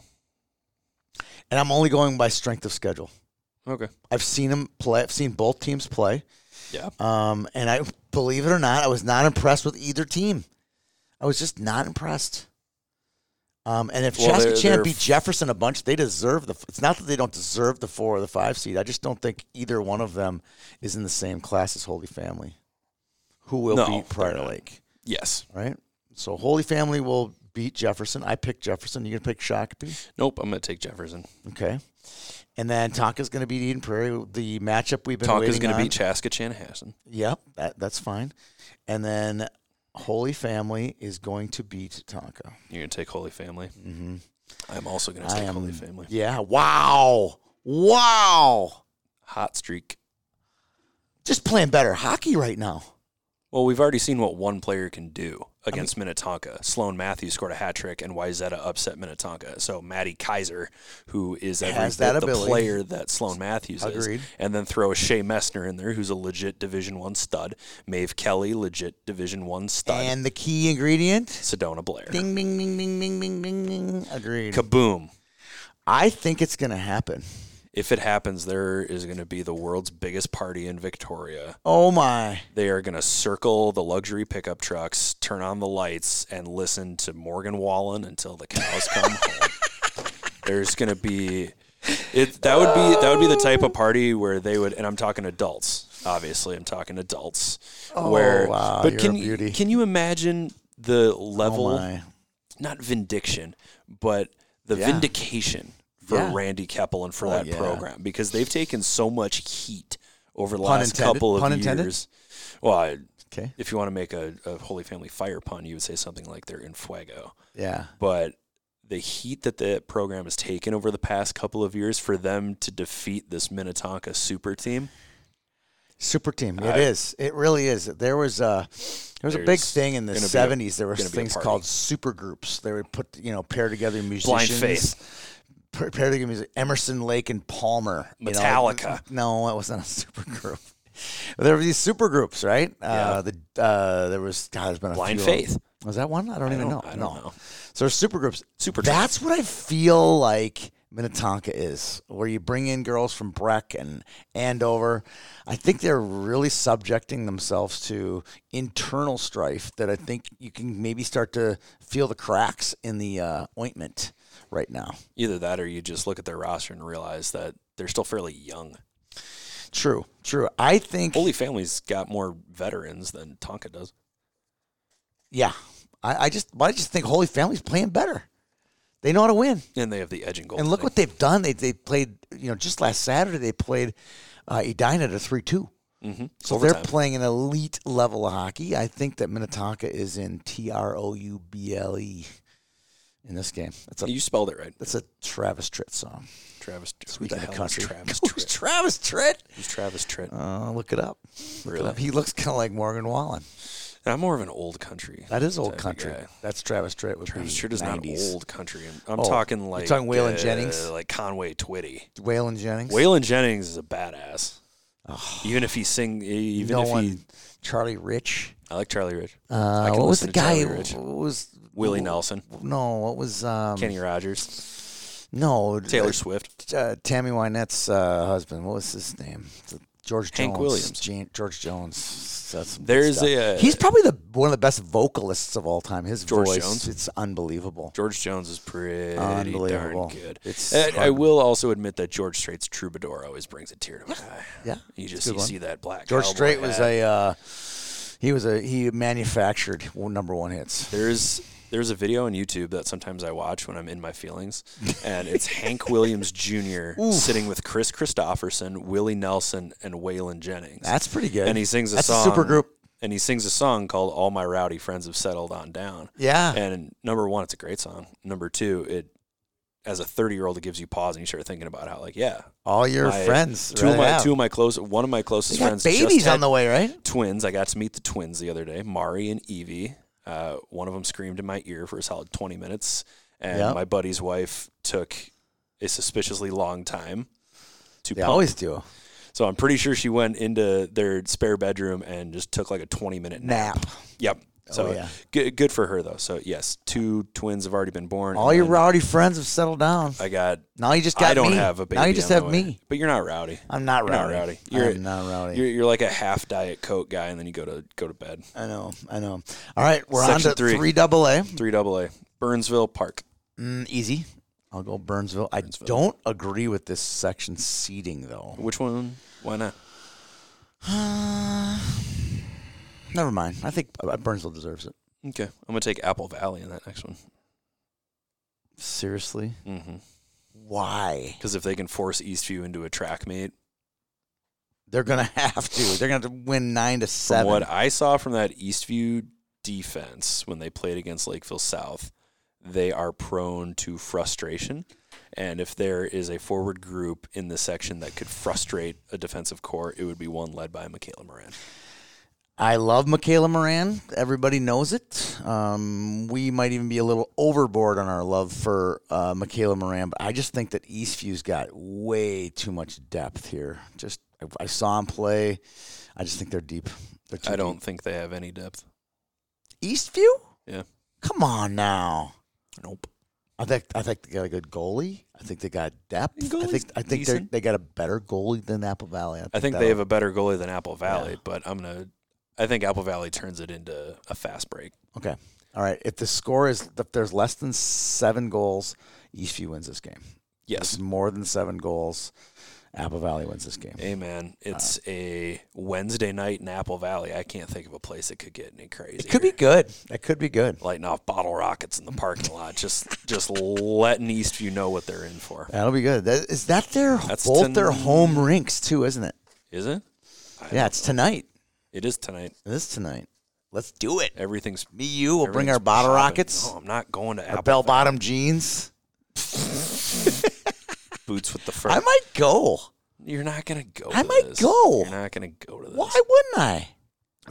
A: and I'm only going by strength of schedule.
B: okay,
A: I've seen him play. I've seen both teams play.
B: yeah.
A: Um, and I believe it or not, I was not impressed with either team. I was just not impressed. Um, and if
B: Well, they're- they're-
A: Chaskachan beat Jefferson a bunch, they deserve the. It's not that they don't deserve the four or the five seed. I just don't think either one of them is in the same class as Holy Family, who will
B: No,
A: beat Prior
B: they're not.
A: Lake,
B: Yes.
A: right? So Holy Family will beat Jefferson. I picked Jefferson. You gonna pick Shakopee?
B: Nope. I'm gonna take Jefferson.
A: Okay. And then Tonka's going to beat Eden Prairie. The matchup we've been
B: Tonka's
A: waiting
B: gonna
A: on.
B: beat Chaska Chanhassen.
A: Yep, that, that's fine. And then Holy Family is going to beat Tonka.
B: You're gonna take Holy Family.
A: Mm-hmm.
B: I'm also gonna take Holy Family.
A: Yeah. Wow. Wow.
B: Hot streak.
A: Just playing better hockey right now.
B: Well, we've already seen what one player can do against Minnetonka. Sloan Matthews scored a hat trick, and Wyzetta upset Minnetonka. So Maddie Kaiser, who is every
A: Has that
B: bit the
A: ability.
B: player that Sloan Matthews
A: Agreed.
B: is, and then throw a Shea Messner in there, who's a legit Division One stud. Maeve Kelly, legit Division One stud.
A: And the key ingredient.
B: Sedona Blair.
A: Ding, ding, ding, ding, ding, ding, ding, ding. Agreed.
B: Kaboom!
A: I think it's going to happen.
B: If it happens, there is going to be the world's biggest party in Victoria.
A: Oh, my.
B: They are going to circle the luxury pickup trucks, turn on the lights, and listen to Morgan Wallen until the cows come home. There's going to be it. That would be that would be the type of party where they would, and I'm talking adults. Obviously, I'm talking adults. Oh, where,
A: wow,
B: but
A: you're
B: can
A: a beauty.
B: can you imagine the level?
A: Oh, my.
B: not vindiction, but the
A: Yeah.
B: vindication for
A: Yeah.
B: Randy Keppel and for that
A: yeah.
B: program because they've taken so much heat over the
A: Pun
B: last
A: intended-
B: couple of
A: pun intended?
B: years. Well, I,
A: Okay.
B: if you want to make a, a Holy Family fire pun, you would say something like they're in fuego.
A: Yeah.
B: But the heat that the program has taken over the past couple of years for them to defeat this Minnetonka super team,
A: Super team. It is.
B: I-
A: It really is. There was a there was a big
B: There's
A: thing in the
B: gonna be a-
A: seventies. There were
B: gonna be a
A: things
B: party.
A: called super groups. They would put you know pair together musicians.
B: Faith.
A: pa- Pair together music. Emerson, Lake, and Palmer. you know.
B: Metallica.
A: No, it wasn't a super group. There were these super groups, right? Uh, the uh, there was God, there's been a
B: Blind
A: few of them.
B: Faith.
A: Was that one? I don't even
B: don't-
A: know.
B: I don't
A: no.
B: know.
A: So there's super groups.
B: Super
A: That's what I feel like Minnetonka is, where you bring in girls from Breck and Andover. I think they're really subjecting themselves to internal strife that I think you can maybe start to feel the cracks in the uh, ointment right now.
B: either that or you just look at their roster and realize that they're still fairly young.
A: True, true. I think,
B: Holy Family's got more veterans than Tonka does.
A: yeah, I, I just, I just think Holy Family's playing better. They know how to win.
B: And they have the edge and goal.
A: And look what they've done. They they played, you know, just last Saturday they played uh, Edina to three two. Mm-hmm. So they're playing an elite level of hockey. I think that Minnetonka is in T R O U B L E in this game. That's a
B: you spelled it right.
A: that's a Travis Tritt song.
B: Travis.
A: Speaking
B: who the
A: of
B: hell is
A: country,
B: Travis
A: Who's
B: Tritt?
A: Travis Tritt?
B: Who's Travis Tritt?
A: Uh, look it up. Look it
B: Really?
A: up. He looks kind of like Morgan Wallen.
B: I'm more of an old country.
A: That is old
B: type of
A: country.
B: guy.
A: That's Travis Tritt. Would
B: Travis
A: be
B: Tritt is
A: 90s.
B: not old country. I'm, I'm
A: Oh,
B: talking
A: you're
B: like uh,
A: talking Waylon Jennings?
B: like Conway Twitty.
A: Waylon Jennings.
B: Waylon Jennings is a badass. Even if he sing, e, even
A: no
B: if
A: one.
B: he,
A: Charlie Rich.
B: I like Charlie Rich, I
A: Uh,
B: can
A: what was
B: listen
A: the
B: to
A: guy?
B: Charlie Rich.
A: What was
B: Willie Nelson,
A: No, what was um,
B: Kenny Rogers,
A: No,
B: Taylor
A: uh,
B: Swift.
A: uh, Tammy Wynette's uh, husband. What was his name? The George
B: Hank
A: Jones,
B: Williams.
A: Jan- George Jones. That's some good
B: There's
A: stuff.
B: a- uh,
A: He's probably the one of the best vocalists of all time. His
B: George
A: voice,
B: Jones?
A: it's unbelievable.
B: George Jones is pretty darn
A: Unbelievable.
B: good.
A: It's
B: And I
A: hard-
B: will also admit that George Strait's Troubadour always brings a tear to my eye.
A: Yeah,
B: You
A: it's a
B: just
A: good
B: you
A: one.
B: see that black.
A: George
B: cowboy
A: Strait was
B: hat.
A: a uh, he was a he manufactured one- number one hits.
B: There's there's a video on YouTube that sometimes I watch when I'm in my feelings, and it's Hank Williams Jr. sitting with Chris Christopherson, Willie Nelson, and Waylon Jennings.
A: That's pretty good.
B: and he sings a
A: That's
B: song.
A: A super group.
B: And he sings a song called "All My Rowdy Friends Have Settled On Down."
A: Yeah.
B: And number one, it's a great song. Number two, it as a 30 year old, it gives you pause and you start thinking about how like yeah,
A: all your
B: my-
A: friends.
B: two of
A: right
B: my
A: out.
B: two of my close one of my
A: They
B: closest
A: got
B: friends. just
A: babies
B: had
A: on the way, right?
B: twins. I got to meet the twins the other day, Mari and Evie. Uh, one of them screamed in my ear for a solid 20 minutes, and
A: Yeah.
B: my buddy's wife took a suspiciously long time to
A: They
B: pump.
A: always do.
B: So I'm pretty sure she went into their spare bedroom and just took like a 20 minute nap.
A: Nap.
B: Yep. So
A: Oh, yeah.
B: good, good for her though. So yes, two twins have already been born.
A: All
B: and
A: your
B: then
A: rowdy friends have settled down.
B: I got.
A: Now you just got
B: I don't
A: me.
B: have a baby.
A: Now you just
B: on the
A: have
B: way.
A: me.
B: But you're not rowdy.
A: I'm not
B: You're
A: rowdy.
B: not rowdy. You're
A: I'm not rowdy.
B: You're, you're like a half diet coke guy, and then you go to go to bed.
A: I know. I know. All right, we're
B: Section
A: on to
B: three.
A: three double A.
B: Three double A, Burnsville Park.
A: Mm, easy. I'll go Burnsville. I don't agree with this section seating though.
B: Which one? Why not?
A: Never mind. I think uh, Burnsville deserves it.
B: Okay, I'm gonna take Apple Valley in that next one.
A: Seriously?
B: Mm-hmm.
A: Why?
B: Because if they can force Eastview into a track meet,
A: They're gonna have to. They're gonna have to win nine to
B: from
A: seven.
B: what I saw from that Eastview defense when they played against Lakeville South, they are prone to frustration. And if there is a forward group in the section that could frustrate a defensive core, it would be one led by Michaela Moran.
A: I love Michaela Moran. Everybody knows it. Um, we might even be a little overboard on our love for uh, Michaela Moran, but I just think that Eastview's got way too much depth here. Just I, I saw him play. I just think they're deep. They're too
B: I don't think they have any depth.
A: deep. Eastview.
B: Yeah.
A: Come on now.
B: Nope.
A: I think I think they got a good goalie. I think they got depth. I
B: Goalie's
A: think I think they
B: decent.
A: they got a better goalie than Apple Valley.
B: I think
A: that'll-
B: they have a better goalie than Apple Valley, but I'm gonna. I think Apple Valley turns it into a fast break.
A: Okay. All right. If the score is if there's less than seven goals, Eastview wins this game. If
B: Yes,
A: it's more than seven goals, Apple Valley wins this game.
B: hey man,
A: Uh,
B: it's a Wednesday night in Apple Valley. I can't think of a place that could get any crazy.
A: It could be good. It could be good.
B: lighting off bottle rockets in the parking lot, just just letting Eastview know what they're in for.
A: That'll be good. That, is that their
B: That's
A: both their
B: ton-
A: home rinks too, isn't it?
B: Is it?
A: Yeah, it's tonight.
B: It is tonight.
A: It is tonight. Let's do it.
B: Everything's.
A: Me, you. We'll bring our
B: everything's
A: bottle
B: popping.
A: rockets,
B: No, I'm not going to
A: our
B: Apple
A: bell bottom jeans.
B: boots with the fur.
A: I might go.
B: You're not gonna go.
A: I
B: to
A: might
B: this.
A: go.
B: You're not gonna go to this.
A: Why wouldn't I?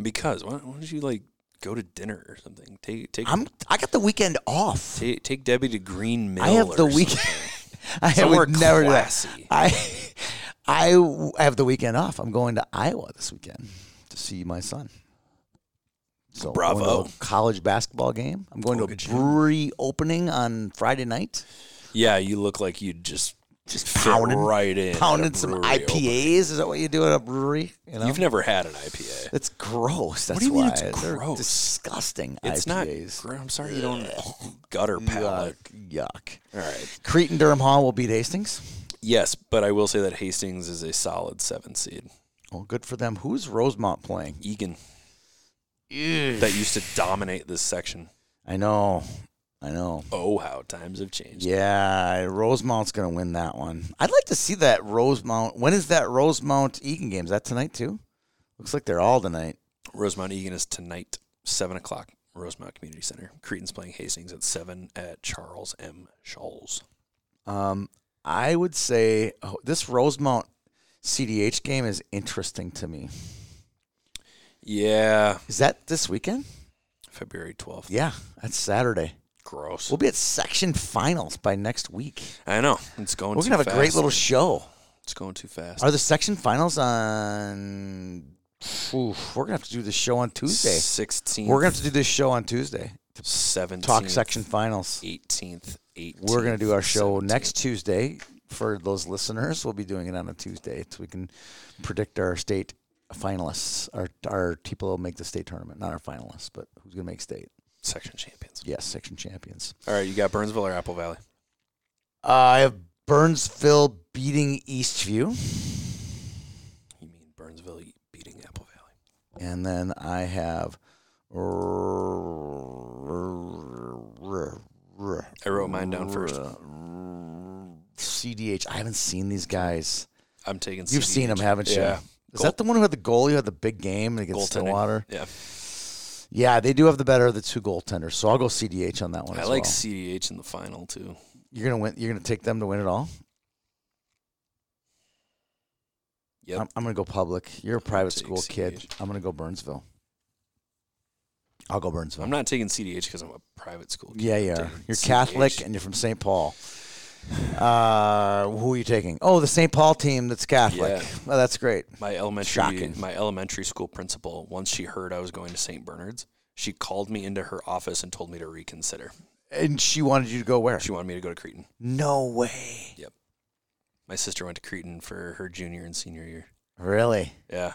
B: Because why, why don't you like go to dinner or something? Take take
A: I'm. I got the weekend off.
B: Take, take Debbie to Green Mill.
A: I have the
B: or
A: weekend.
B: something.
A: I
B: Somewhere
A: would never do that.
B: classy.
A: I, I w- have the weekend off. I'm going to Iowa this weekend to see my son. So I'm going to
B: Bravo.
A: a college basketball game. I'm going
B: Look
A: to
B: at
A: a
B: you.
A: brewery opening on Friday night.
B: Yeah, you look like you just just
A: pounding-
B: right in, at
A: Pounding
B: a
A: some
B: brewery
A: IPAs.
B: open.
A: Is that what you do at a brewery? You know,
B: You've never had an IPA.
A: it's gross. That's
B: do you mean
A: why
B: it's
A: They're
B: gross?
A: disgusting.
B: It's
A: IPAs.
B: not. gr- I'm sorry, you don't gutter palate.
A: Yuck, yuck.
B: All right.
A: Crete and Durham Hall will beat Hastings.
B: Yes, but I will say that Hastings is a solid seven seed.
A: Well, good for them. Who's Rosemont playing?
B: Egan. That used to dominate this section.
A: I know. I know.
B: Oh, how times have changed.
A: Yeah, Rosemount's going to win that one. I'd like to see that Rosemount. When is that Rosemount Egan game? Is that tonight too? Looks like they're all tonight.
B: Rosemount Egan is tonight, seven o'clock. Rosemount Community Center. Creighton's playing Hastings at seven at Charles M. Scholl's.
A: Um, I would say oh, this Rosemount CDH game is interesting to me.
B: Yeah,
A: Is that this weekend?
B: February twelfth.
A: Yeah, that's Saturday.
B: Gross.
A: We'll be at section finals by next week.
B: I know. It's going
A: We're
B: too
A: gonna have
B: fast.
A: a great little show.
B: It's going too fast.
A: Are the section finals on? Oof, we're gonna have to do this show on Tuesday.
B: 16th.
A: We're gonna have to do this show on Tuesday.
B: 17th.
A: Talk section finals.
B: 18th. 18th
A: We're going to do our show
B: 17th.
A: next Tuesday. for those listeners, we'll be doing it on a Tuesday so we can predict our state finalists. Our our people will make the state tournament, not our finalists, but who's going to make state?
B: Section champions.
A: Yes, section champions.
B: All right, you got Burnsville or Apple Valley?
A: Uh, I have Burnsville beating Eastview,
B: You mean Burnsville beating Apple Valley?
A: and then I have. CDH.
B: I wrote mine down first.
A: I haven't seen these guys.
B: I'm taking.
A: You've seen him,
B: CDH.
A: haven't you?
B: Yeah.
A: Is that the one who had the goalie who had the big game against Stillwater?
B: Goaltending. Yeah,
A: Yeah, they do have the better of the two goaltenders. So I'll go CDH on that one.
B: I
A: as
B: like
A: well.
B: CDH in the final too.
A: You're gonna win. You're gonna take them to win it all.
B: Yep.
A: I'm, I'm gonna go public. You're a private
B: take
A: school kid.
B: CDH.
A: I'm gonna go Burnsville. I'll go Burnsville.
B: I'm not taking CDH because I'm a private school. Kid.
A: yeah,
B: I'm
A: yeah.
B: taking
A: You're
B: CDH.
A: Catholic and you're from St. Paul. Uh, who are you taking? Oh, the St. Paul team that's Catholic.
B: Yeah.
A: Well, that's great.
B: My elementary
A: Shocking.
B: my elementary school principal, once she heard I was going to St. Bernard's, she called me into her office and told me to reconsider.
A: And she wanted you to go where?
B: She wanted me to go to Cretan.
A: No way.
B: My sister went to Cretan for her junior and senior year.
A: Really?
B: Yeah.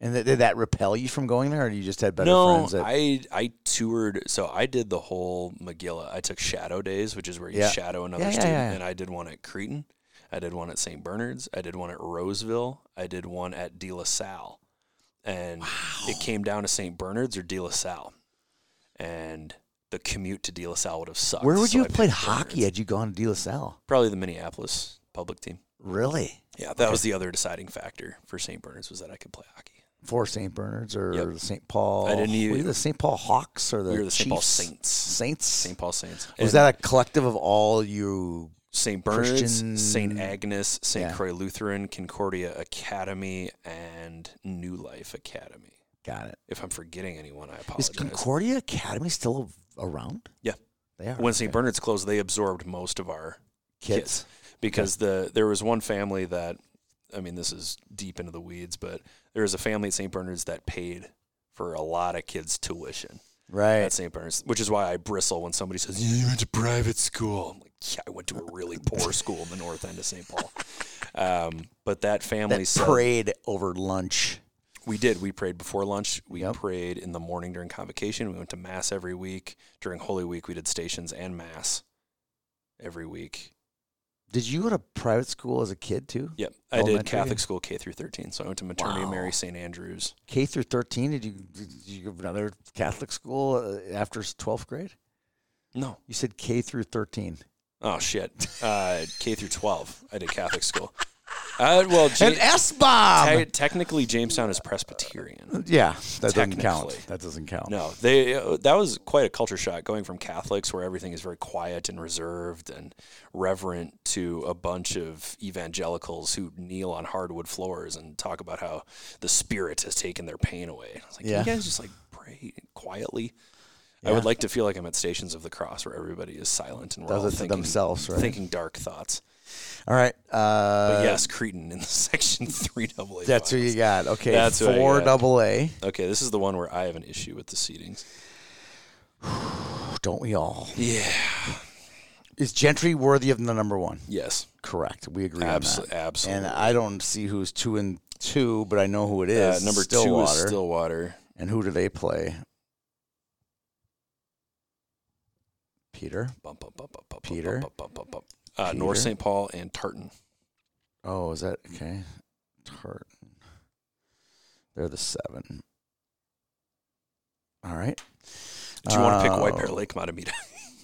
A: And th- did that repel you from going there, or you just had better
B: no,
A: friends? That,
B: I I toured. So I did the whole McGilla. I took shadow days, which is where you
A: Yeah.
B: shadow another
A: Yeah, yeah,
B: student,
A: yeah.
B: and I did one at Cretan. I did one at St. Bernard's. I did one at Roseville. I did one at De La Salle, and it came down to St. Bernard's or De La Salle, and the commute to De La Salle would have sucked.
A: where would
B: so
A: you
B: I
A: have played
B: picked
A: hockey
B: Bernard's.
A: had you gone to De La Salle?
B: Probably the Minneapolis public team.
A: Really?
B: Yeah, that was the other deciding factor for St. Bernard's was that I could play hockey.
A: For St. Bernard's or
B: Yep.
A: St. Paul?
B: I didn't
A: Were you
B: even-
A: the St. Paul Hawks or the
B: we were the St. Paul
A: Chiefs?
B: Saints.
A: Saints?
B: St. Paul Saints.
A: Was
B: And-
A: that a collective of all you?
B: St. Bernard's,
A: Christian-
B: St. Agnes, St.
A: Yeah.
B: Croix Lutheran, Concordia Academy, and New Life Academy.
A: Got it.
B: If I'm forgetting anyone, I
A: Is
B: apologize.
A: Concordia Academy still a- around?
B: Yeah.
A: They are.
B: when St.
A: okay.
B: Bernard's closed, they absorbed most of our
A: kids.
B: because the there was one family that I mean this is deep into the weeds, but there was a family at St. Bernard's that paid for a lot of kids' tuition at
A: Right.
B: St. Bernard's, which is why I bristle when somebody says you went to private school. I'm like, yeah, I went to a really poor school in the north end of St. Paul. Um, but that family
A: That
B: said-
A: parade over lunch.
B: We did. We prayed before lunch. We
A: Yep.
B: prayed in the morning during convocation. We went to mass every week. During Holy Week, we did stations and mass every week.
A: Did you go to private school as a kid too?
B: Yep. I did
A: Elementary?
B: Catholic school K through 13. So I went to Maternity
A: Wow.
B: Mary St. Andrews.
A: K through thirteen? Did you did you go to another Catholic school uh, after twelfth grade?
B: No.
A: You said K through thirteen.
B: Oh, shit. Uh, K through 12. I did Catholic school. Uh, well,
A: An
B: Ja-
A: S bomb.
B: te- technically, Jamestown is Presbyterian.
A: Yeah, that doesn't count.
B: Technically.
A: That doesn't count.
B: No, they uh, that was quite a culture shock going from Catholics where everything is very quiet and reserved and reverent to a bunch of evangelicals who kneel on hardwood floors and talk about how the spirit has taken their pain away. I was like,
A: Yeah.
B: can you guys just like pray quietly? I would
A: Yeah.
B: like to feel like I'm at Stations of the Cross where everybody is silent and we're
A: Does
B: all
A: it to
B: thinking,
A: themselves, right?
B: thinking dark thoughts.
A: All right.
B: But
A: Uh,
B: yes, Cretan in the section three double A.
A: That's who you got. Okay.
B: That's who I
A: four
B: got.
A: double A.
B: Okay, this is the one where I have an issue with the seedings.
A: Don't we all?
B: Yeah.
A: Is Gentry worthy of the number one?
B: Yes.
A: Correct. We agree on
B: Absolutely.
A: that.
B: Absolutely.
A: And I don't see who's two and two, but I know who it
B: Uh,
A: is.
B: number two
A: Stillwater.
B: is Stillwater.
A: And who do they play? Peter.
B: Bum, bum, bum, bum, bum, bum,
A: Peter?
B: bum, bum, bum, bum. Uh, North
A: Peter?
B: St. Paul and Tartan.
A: Oh, is that okay? Tartan. They're the seven. All right.
B: Do you want to pick White
A: Uh,
B: Bear Lake Matamita?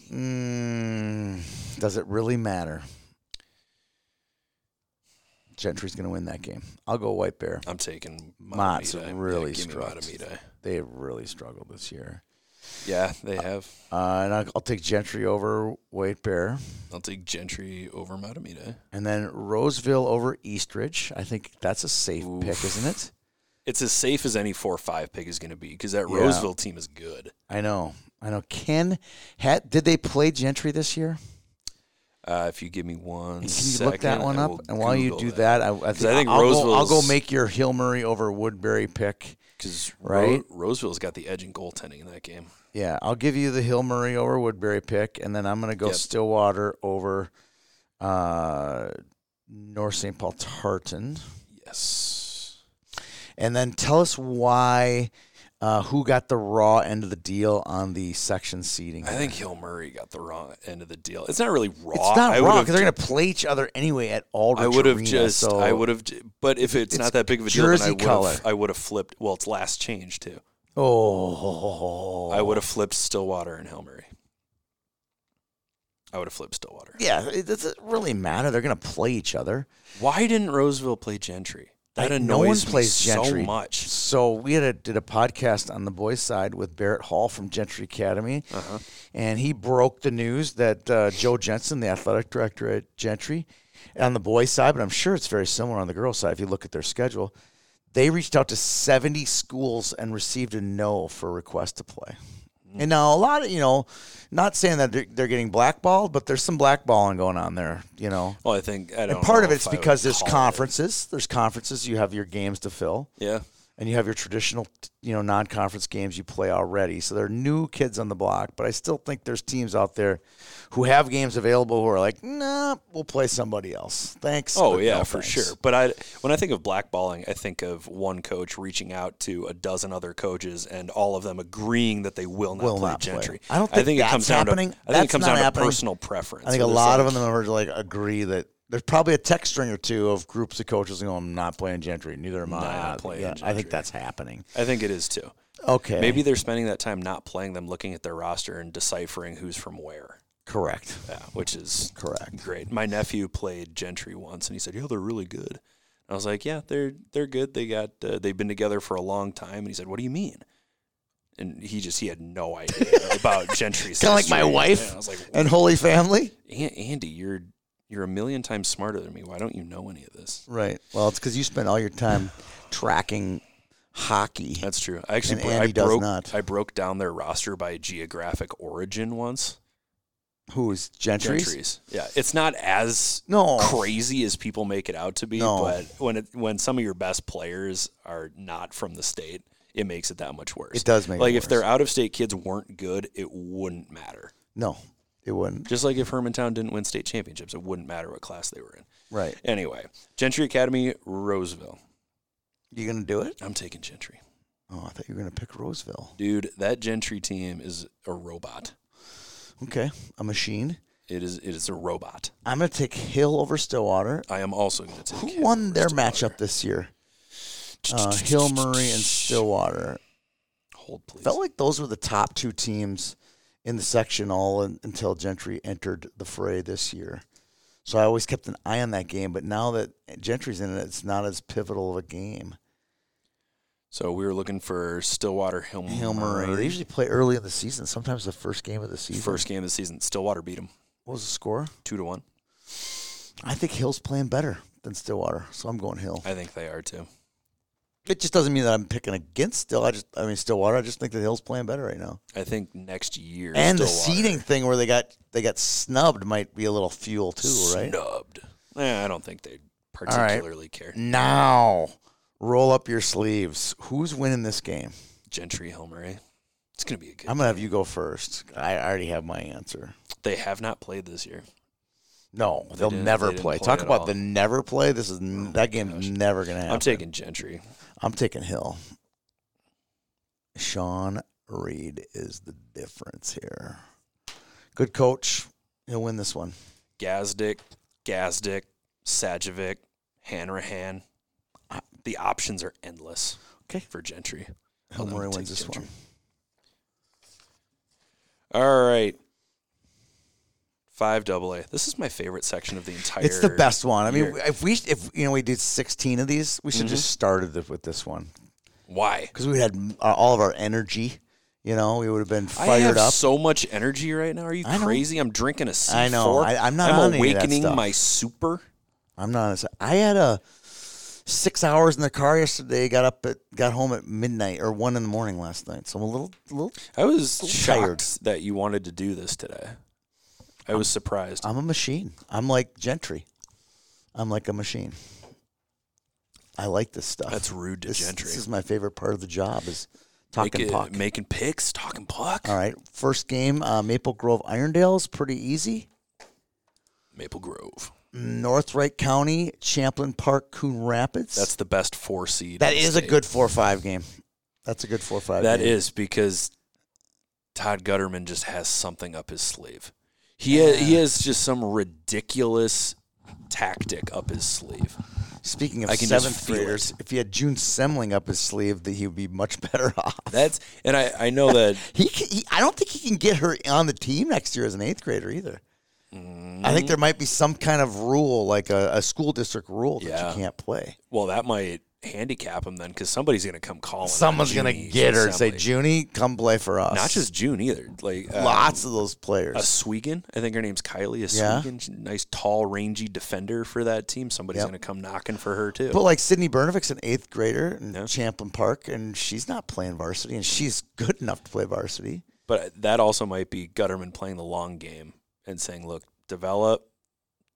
A: Mm, does it really matter? Gentry's going to win that game. I'll go White Bear.
B: I'm taking
A: Mott's
B: Matamidi.
A: really
B: yeah, give me
A: struck.
B: Matamidi.
A: They have really struggled this year.
B: Yeah, they have.
A: Uh, and I'll, I'll take Gentry over White Bear.
B: I'll take Gentry over Matamita.
A: And then Roseville over Eastridge. I think that's a safe pick,
B: Oof.
A: isn't it?
B: It's as safe as any four five pick is going to be because that
A: Yeah.
B: Roseville team is good.
A: I know. I know. Ken, had, did they play Gentry this year?
B: Uh, if you give me one,
A: Can you look that one up? And while you do that, I, I think,
B: I
A: I
B: think
A: will go, I'll go
B: Roseville's-
A: make your Hill Murray over Woodbury pick.
B: because
A: right?
B: Roseville's got the edge in goaltending in that game.
A: Yeah, I'll give you the Hill Murray over Woodbury pick, and then I'm going to go
B: Yep.
A: Stillwater over uh, North St. Paul Tartan.
B: Yes.
A: And then tell us why, uh, who got the raw end of the deal on the section seating.
B: I think Hill Murray got the wrong end of the deal. It's not really raw.
A: it's not
B: I
A: raw
B: would've-
A: because they're going to play each other anyway at Aldrich.
B: I would have
A: Arena,
B: just.
A: So
B: I would have. But if it's,
A: It's
B: not that big of a deal,
A: jersey
B: then I would
A: color.
B: have. I would have flipped. Well, it's last change too.
A: Oh,
B: I would have flipped Stillwater and Hill Murray. I would have flipped Stillwater.
A: Yeah, it doesn't really matter. They're going to play each other.
B: Why didn't Roseville play Gentry? That
A: I-
B: annoys
A: no one
B: me
A: plays Gentry.
B: so much.
A: So we had a, did a podcast on the boys' side with Barrett Hall from Gentry Academy, and he broke the news that uh, Joe Jensen, the athletic director at Gentry, on the boys' side, but I'm sure it's very similar on the girls' side if you look at their schedule. They reached out to 70 schools and received a no for a request to play. And now a lot of you know, not saying that they're, they're getting blackballed, but there's some blackballing going on there. You know,
B: Well, I think I don't
A: and part
B: know
A: of
B: if
A: it's
B: I would
A: because there's
B: call it.
A: conferences. There's conferences. You have your games to fill,
B: Yeah.
A: and you have your traditional, you know, non-conference games you play already. So there are new kids on the block, but I still think there's teams out there who have games available who are like, nah, we'll play somebody else. Thanks.
B: Oh
A: but
B: yeah,
A: no
B: for
A: thanks."
B: sure. But I when I think of blackballing, I think of one coach reaching out to a dozen other coaches and all of them agreeing that they will not
A: Will
B: play
A: not play.
B: Gentry.
A: I don't think
B: it
A: that's
B: comes down
A: happening.
B: to I think
A: That's
B: it comes
A: not
B: down to
A: happening.
B: personal preference.
A: I think a
B: It's
A: lot
B: like-
A: of them are like agree that there's probably a text string or two of groups of coaches going, "I'm not playing Gentry. Neither am I."
B: Not playing
A: Yeah, I
B: Gentry.
A: think that's happening.
B: I think it is too.
A: Okay,
B: Maybe they're spending that time not playing them, looking at their roster and deciphering who's from where.
A: correct.
B: Yeah, which is
A: Correct.
B: Great. My nephew played Gentry once, and he said, "Yeah, they're really good." I was like, "Yeah, they're they're good. They got uh, they've been together for a long time." And he said, "What do you mean?" And he just he had no idea about Gentry's
A: Kind of like
B: history.
A: my wife
B: Yeah, I was like,
A: and Holy Family.
B: "An- "Andy, you're you're a million times smarter than me. Why don't you know any of this?"
A: Right. Well, it's because you spend all your time tracking hockey.
B: That's true. I actually
A: And
B: bro- I
A: Andy does
B: broke
A: not.
B: I broke down their roster by geographic origin once.
A: Who's Gentry's?
B: Gentry's. Yeah, it's not as
A: No.
B: crazy as people make it out to be.
A: No.
B: But when it, when some of your best players are not from the state, it makes it that much worse.
A: It does make it
B: like if
A: worse.
B: their out of state kids weren't good, it wouldn't matter.
A: No, it wouldn't.
B: Just like if Hermantown didn't win state championships, it wouldn't matter what class they were in.
A: Right.
B: Anyway, Gentry Academy, Roseville.
A: You gonna do it?
B: I'm taking Gentry,
A: Oh, I thought you were gonna pick Roseville.
B: dude. That Gentry team is a robot.
A: Okay, a machine.
B: It is it is a robot.
A: I'm gonna take Hill over Stillwater.
B: I am also going to take.
A: Who
B: Hill
A: won their
B: Roseville.
A: matchup this year? Uh, Hill Murray and Stillwater.
B: Hold please.
A: Felt like those were the top two teams in the section all un until Gentry entered the fray this year. So I always kept an eye on that game, but now that Gentry's in it, it's not as pivotal of a game.
B: So we were looking for Stillwater Hill
A: Hail Murray. They usually play early in the season. Sometimes the first game of the season.
B: First game of the season, Stillwater beat them
A: What was the score?
B: two to one.
A: I think Hill's playing better than Stillwater, so I'm going Hill.
B: I think they are too.
A: It just doesn't mean that I'm picking against Still. I just, I mean Stillwater. I just think that Hill's playing better right now.
B: I think next year
A: and the
B: Stillwater
A: seeding thing where they got they got snubbed might be a little fuel too, right?
B: Snubbed. Eh, I don't think they particularly care.
A: Now, roll up your sleeves. Who's winning this game?
B: Gentry Hill Murray. It's gonna be a good.
A: I'm gonna have you go first. I already have my answer.
B: they have not played this year.
A: No, they'll
B: didn't-
A: never
B: they didn't
A: play.
B: play
A: Talk
B: at
A: about
B: all. Oh
A: the never play. This is n that game's never gonna happen.
B: I'm taking Gentry.
A: I'm taking Hill. Sean Reed is the difference here. Good coach. He'll win this one.
B: Gazdick, Gazdick, Sajovic, Hanrahan. Uh, The options are endless.
A: Okay.
B: for Gentry.
A: Hill
B: Hold on,
A: Murray
B: take
A: wins this
B: Gentry.
A: one.
B: All right. Five double A. This is my favorite section of the entire.
A: It's the best one. I mean,
B: year.
A: if we if you know we did 16 of these, we should
B: Mm-hmm.
A: just started th- with this one
B: Why?
A: because we had mm, uh, all of our energy. You know, we would have been
B: I have
A: fired up.
B: so much energy right now. Are you
A: I know.
B: crazy? I'm drinking a C4.
A: I know. I- I'm not
B: I'm
A: on any of that
B: awakening
A: stuff.
B: my super.
A: I'm not. honest. I had a six hours in the car yesterday. Got up at got home at midnight or one in the morning last night. So I'm a little little.
B: I was
A: tired.
B: shocked that you wanted to do this today. I was surprised.
A: I'm a machine. I'm like Gentry. I'm like a machine. I like this stuff.
B: That's rude to
A: This-
B: Gentry.
A: This is my favorite part of the job is talking
B: making,
A: puck.
B: making picks, talking puck.
A: All right. First game, uh, Maple Grove Irondale's pretty easy.
B: Maple Grove.
A: North Wright County, Champlain Park, Coon Rapids.
B: That's the best four seed.
A: that
B: in the
A: is a
B: state.
A: good four five game. That's a good four five.
B: That
A: game.
B: is because Todd Gutterman just has something up his sleeve. He ha- he has just some ridiculous tactic up his sleeve.
A: Speaking of
B: I can just
A: seventh
B: feel
A: graders, if he had June Semling up his sleeve, that he would be much better off.
B: That's and I, I know that
A: He, can, he, I don't think he can get her on the team next year as an eighth grader either. I think there might be some kind of rule, like a, a school district rule, that
B: Yeah. Oh,
A: you can't play.
B: well that might handicap him then because somebody's gonna come calling.
A: Someone's
B: on
A: gonna
B: Junie
A: get her and say,
B: Assembly.
A: "Junie, come play for us."
B: Not just June either. Like uh,
A: lots of those players.
B: Oswegan. I think her name's Kylie
A: Yeah.
B: Oswegan. She's a Nice, tall, rangy defender for that team. Somebody's
A: Yep.
B: going to come knocking for her, too.
A: But like Sydney Bernovick's an eighth grader in
B: Yeah.
A: Champlain Park, and she's not playing varsity, and she's good enough to play varsity.
B: but that also might be Gutterman playing the long game and saying, look, develop,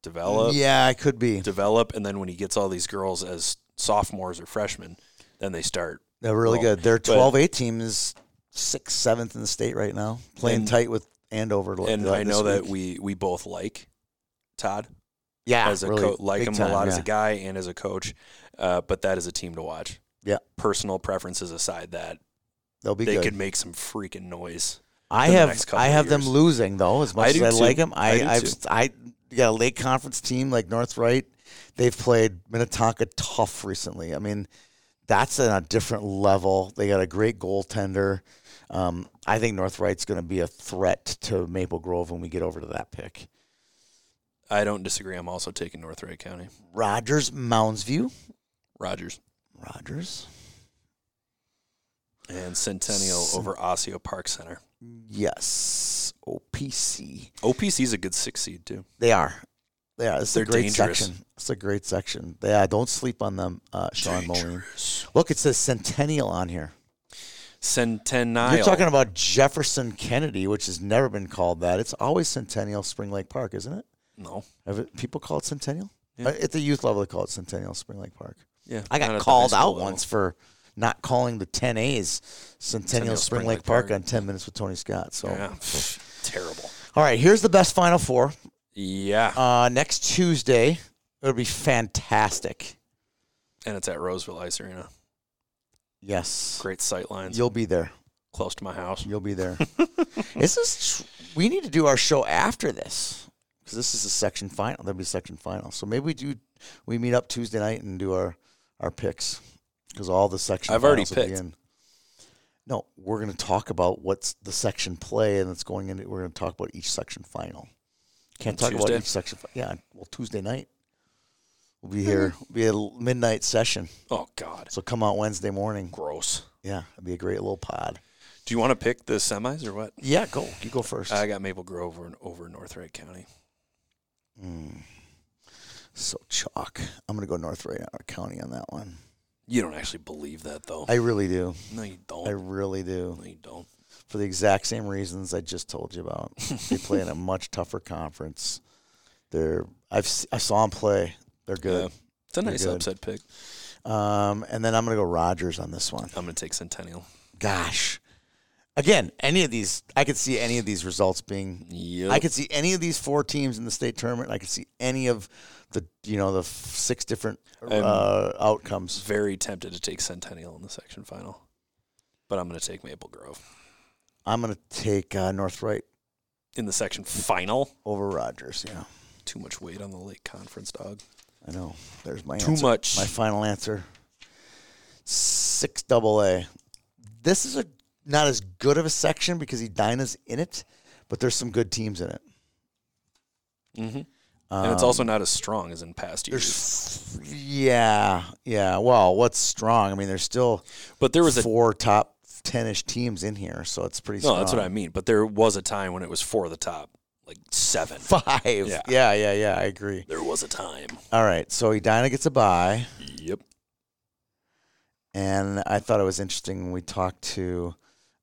B: develop,
A: yeah, I could be.
B: develop. And then when he gets all these girls as sophomores or freshmen, then they start.
A: They're really
B: Well,
A: good. Their
B: but-
A: 12 A team is sixth, seventh in the state right now, playing
B: And-
A: tight with Andover. li-
B: and
A: li-
B: I
A: uh, this
B: know that
A: week.
B: we, we both like Todd
A: yeah,
B: as a
A: really
B: coach, like
A: big
B: him
A: time,
B: a lot
A: yeah.
B: as a guy and as a coach. Uh, but that is a team to watch.
A: Yeah.
B: Personal preferences aside, that
A: They'll be
B: they
A: good.
B: could make some freaking noise.
A: I
B: for the
A: have
B: next couple
A: I
B: of
A: have them
B: years.
A: losing though. As much
B: do
A: as I
B: too.
A: like them, I
B: I do
A: I've,
B: too.
A: s- I got a late conference team like North Wright. They've played Minnetonka tough recently. I mean, that's on a different level. They got a great goaltender. Um, I think North Wright's going to be a threat to Maple Grove when we get over to that pick.
B: I don't disagree. I'm also taking North Wright County.
A: Rogers Moundsview.
B: Rogers
A: Rogers.
B: and Centennial
A: S-
B: over Osseo Park Center.
A: Yes. OPC.
B: OPC is a good six seed too.
A: They are. They are. It's a
B: They're
A: great
B: dangerous.
A: section. It's a great section. Yeah, don't sleep on them, uh, Sean Moline. Look, it says Centennial on here.
B: Centennial.
A: You're talking about Jefferson Kennedy, which has never been called that. It's always Centennial Spring Lake Park, isn't it?
B: no.
A: Have it people call it Centennial?
B: Yeah.
A: Uh, At the youth level, they call it Centennial Spring Lake Park.
B: Yeah.
A: I
B: not at
A: got
B: the
A: called
B: high school
A: out
B: level.
A: once for not calling the 10As Centennial,
B: Centennial
A: Spring, Lake, Park, on 10 Minutes with Tony Scott. So,
B: Yeah. Terrible.
A: all right, here's the best Final Four.
B: Yeah.
A: Uh, next Tuesday, it'll be fantastic.
B: and it's at Roseville Ice Arena.
A: Yes.
B: Great sight lines.
A: You'll be there.
B: close to my house.
A: You'll be there. this is. We need to do our show after this because this is a section final. There'll be a section final. So maybe we do. We meet up Tuesday night and do our our picks because all the section.
B: I've already
A: finals will be
B: picked.
A: in. No, we're going to talk about what's the section play, and it's going into. We're going to talk about each section final. Can't
B: On
A: talk
B: Tuesday?
A: about each section. fi- Yeah, well, Tuesday night we'll
B: Hmm.
A: be here. We'll be a midnight session,
B: Oh God.
A: so come out Wednesday morning.
B: Gross.
A: Yeah, it'll be a great little pod.
B: Do you want to pick the semis or what?
A: Yeah, go. You go first.
B: I got Maple Grove over, over North Wright County.
A: So chalk. I'm gonna go North Ray County on that one.
B: You don't actually believe that though.
A: I really do.
B: no, you don't.
A: I really do.
B: no, you don't.
A: For the exact same reasons I just told you about. they play in a much tougher conference. They're I've s- I saw them play. They're good.
B: Yeah. It's a
A: You're
B: nice
A: good.
B: upset pick.
A: Um, and then I'm gonna go Rogers on this one.
B: I'm gonna take Centennial.
A: Gosh. Again, any of these, I could see any of these results being
B: Yeah.
A: I could see any of these four teams in the state tournament. I could see any of the you know the f- six different uh, outcomes.
B: very tempted to take Centennial in the section final, but I'm going to take Maple Grove
A: I'm gonna take uh, North Wright
B: in the section final.
A: over Rogers. Yeah,
B: Too much weight on the Lake Conference, dog.
A: I know. There's my
B: Too
A: answer.
B: much.
A: My final answer. Six double A. This is a not as good of a section because Edina's in it, but there's some good teams in it.
B: hmm and it's also not as strong as in past years.
A: Um, There's yeah, yeah. Well, what's strong? I mean, there's still
B: But there was a
A: four top ten-ish teams in here, so it's pretty.
B: no.
A: strong.
B: That's what I mean. But there was a time when it was for the top, like seven.
A: Five.
B: Yeah.
A: yeah, yeah. yeah I agree.
B: There was a time.
A: All right, so Edina gets a bye.
B: Yep.
A: And I thought it was interesting when we talked to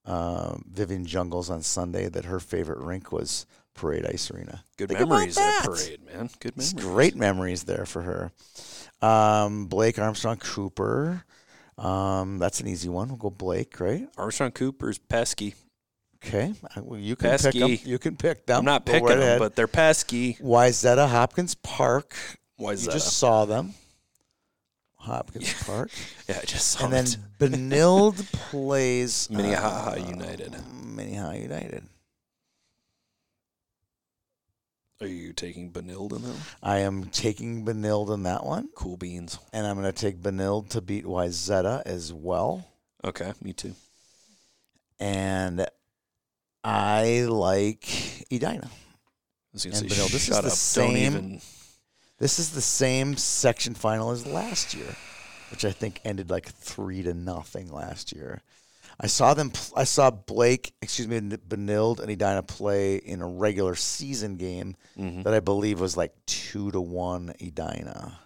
A: um, Vivian Jungles on Sunday that her favorite rink was Parade Ice Arena.
B: Good
A: Think about
B: memories at
A: that.
B: a parade, man. Good
A: It's
B: memories.
A: great memories there for her. Um, Blake Armstrong Cooper. Um, that's an easy one. We'll go Blake, right?
B: Armstrong Cooper's pesky.
A: Okay. I- Well, you can pick 'em.
B: Pesky.
A: You can pick them.
B: I'm not
A: Oh, Go
B: picking
A: right
B: them,
A: ahead.
B: but they're pesky.
A: Wyzetta Hopkins Park.
B: Why is
A: You
B: that?
A: just saw them. Hopkins Park.
B: yeah, I just saw
A: And then
B: it.
A: Benilde plays uh,
B: Minnehaha United.
A: Minnehaha United.
B: Are you taking Benilde in that? one?
A: I am taking Benilde in that one,
B: Cool beans.
A: and I'm going to take Benilde to beat Wyzetta as well.
B: Okay, me too.
A: And I like Edina.
B: I was gonna
A: And
B: say,
A: Benilde, this is
B: shut
A: the
B: up.
A: same-
B: Don't even.
A: This is the same section final as last year, which I think ended like three to nothing last year. I saw them. pl- I saw Blake, excuse me, Benilde and Edina play in a regular season game
B: Mhm.
A: that I believe was like two to one Edina,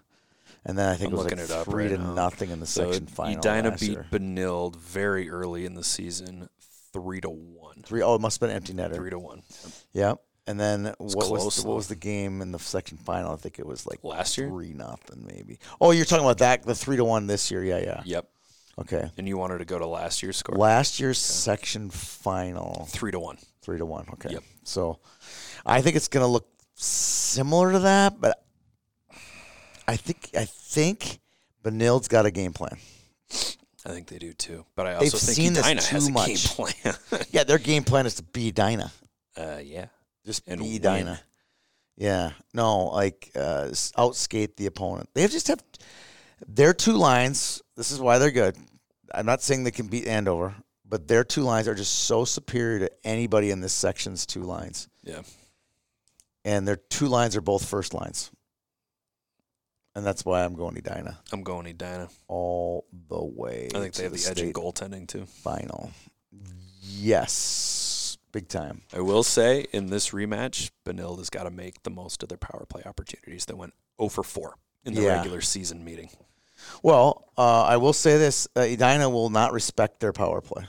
A: and then I think
B: I'm
A: it was
B: looking
A: like
B: it up
A: three to
B: right now.
A: nothing in the
B: So
A: section final.
B: Edina
A: last
B: beat
A: year.
B: Benilde very early in the season, three to one.
A: three. Oh, it must have been empty netter.
B: Three to one.
A: Yep. And then what
B: close,
A: was the,
B: though.
A: what was the game in the section final? I think it was like
B: Last year?
A: three nothing maybe. Oh, you're talking about that the three to one this year? Yeah, yeah.
B: Yep.
A: Okay.
B: And you wanted to go to last year's score?
A: Last year's section final
B: Three to one.
A: three to one. Okay.
B: Yep.
A: So I think it's gonna look similar to that, but I think I think Benilde's got a game plan.
B: I think they do too. But I also
A: They've
B: think
A: seen this
B: Edina has
A: too
B: a game
A: much.
B: plan.
A: Yeah, their game plan is to be Dinah.
B: uh, yeah.
A: Just
B: And
A: be
B: win.
A: Dinah. Yeah. No, like uh, s- outskate the opponent. They just have their two lines. This is why they're good. I'm not saying they can beat Andover, but their two lines are just so superior to anybody in this section's two lines.
B: Yeah.
A: And their two lines are both first lines. And that's why I'm going to Dinah
B: I'm going Edina.
A: all the way.
B: I think
A: to
B: they have the, edge in
A: state
B: goaltending too.
A: final. Yes, big time.
B: I will say in this rematch, Benilde has got to make the most of their power play opportunities that went 0 for 4 in the
A: Yeah.
B: regular season meeting.
A: Well, uh, I will say this: uh, Edina will not respect their power play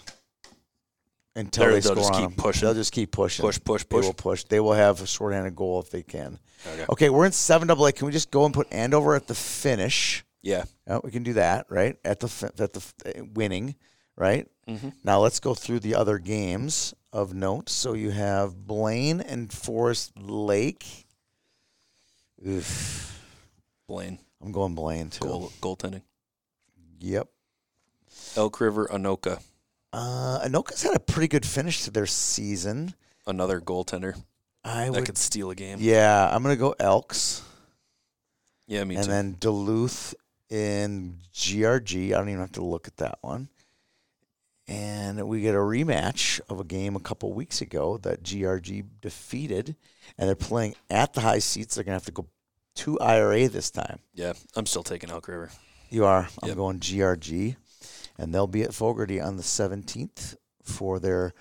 A: until
B: They're-
A: they
B: they'll
A: score
B: just
A: on
B: keep
A: 'em.
B: pushing.
A: They'll just keep pushing.
B: Push, push,
A: They
B: push.
A: will push. They will have a shorthanded goal if they can.
B: Okay.
A: Okay, we're in seven double A. Can we just go and put Andover at the finish?
B: Yeah.
A: Yeah, we can do that, right? At the fi- at the f- uh, winning, right?
B: Mm-hmm.
A: Now let's go through the other games of note. So you have Blaine and Forest Lake. Oof.
B: Blaine,
A: I'm going Blaine too.
B: goal, goaltending.
A: Yep.
B: Elk River, Anoka,
A: Uh, Anoka's had a pretty good finish to their season.
B: another goaltender
A: I
B: that
A: would,
B: could steal a game. Yeah,
A: yeah, I'm gonna go Elks,
B: me
A: and
B: too.
A: then Duluth in GRG. I don't even have to look at that one. And we get a rematch of a game a couple weeks ago that GRG defeated, and they're playing at the high seats. They're gonna have to go to IRA this time.
B: yeah, I'm still taking Elk River.
A: You are. I'm
B: Yep.
A: going GRG, and they'll be at Fogarty on the 17th for their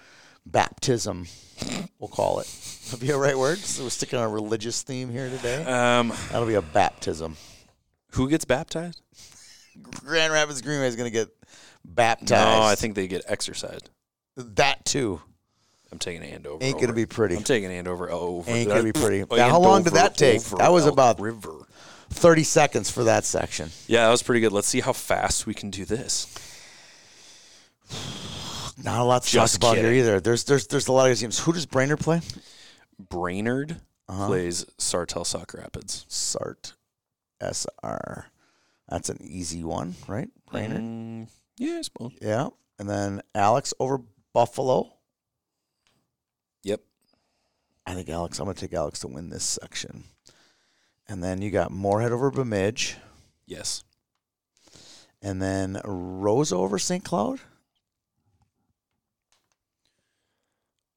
A: baptism. We'll call it. That'll be a right word. So we're sticking on a religious theme here today.
B: Um,
A: That'll be a baptism.
B: who gets baptized?
A: Grand Rapids Greenway is going to get baptized.
B: No, I think they get exercised.
A: that too.
B: I'm taking Andover.
A: Ain't gonna
B: over.
A: be pretty.
B: I'm taking Andover over.
A: Ain't
B: that-
A: gonna be pretty. Now, how long did that take?
B: over
A: That was
B: Elk
A: about-
B: River.
A: 30 seconds for that section.
B: Yeah, that was pretty good. Let's see how fast we can do this.
A: Not a lot to
B: Just
A: talk about
B: kidding.
A: here either. There's there's there's a lot of games. Who does Brainerd play?
B: Brainerd
A: Uh-huh.
B: plays Sartell Sock Rapids.
A: Sart, S R. That's an easy one, right? Brainerd.
B: Mm, yeah, I suppose.
A: Yeah. And then Alex over Buffalo.
B: Yep.
A: I think Alex, I'm going to take Alex to win this section. And then you got Moorhead over Bemidji.
B: Yes.
A: And then Rosa over St. Cloud.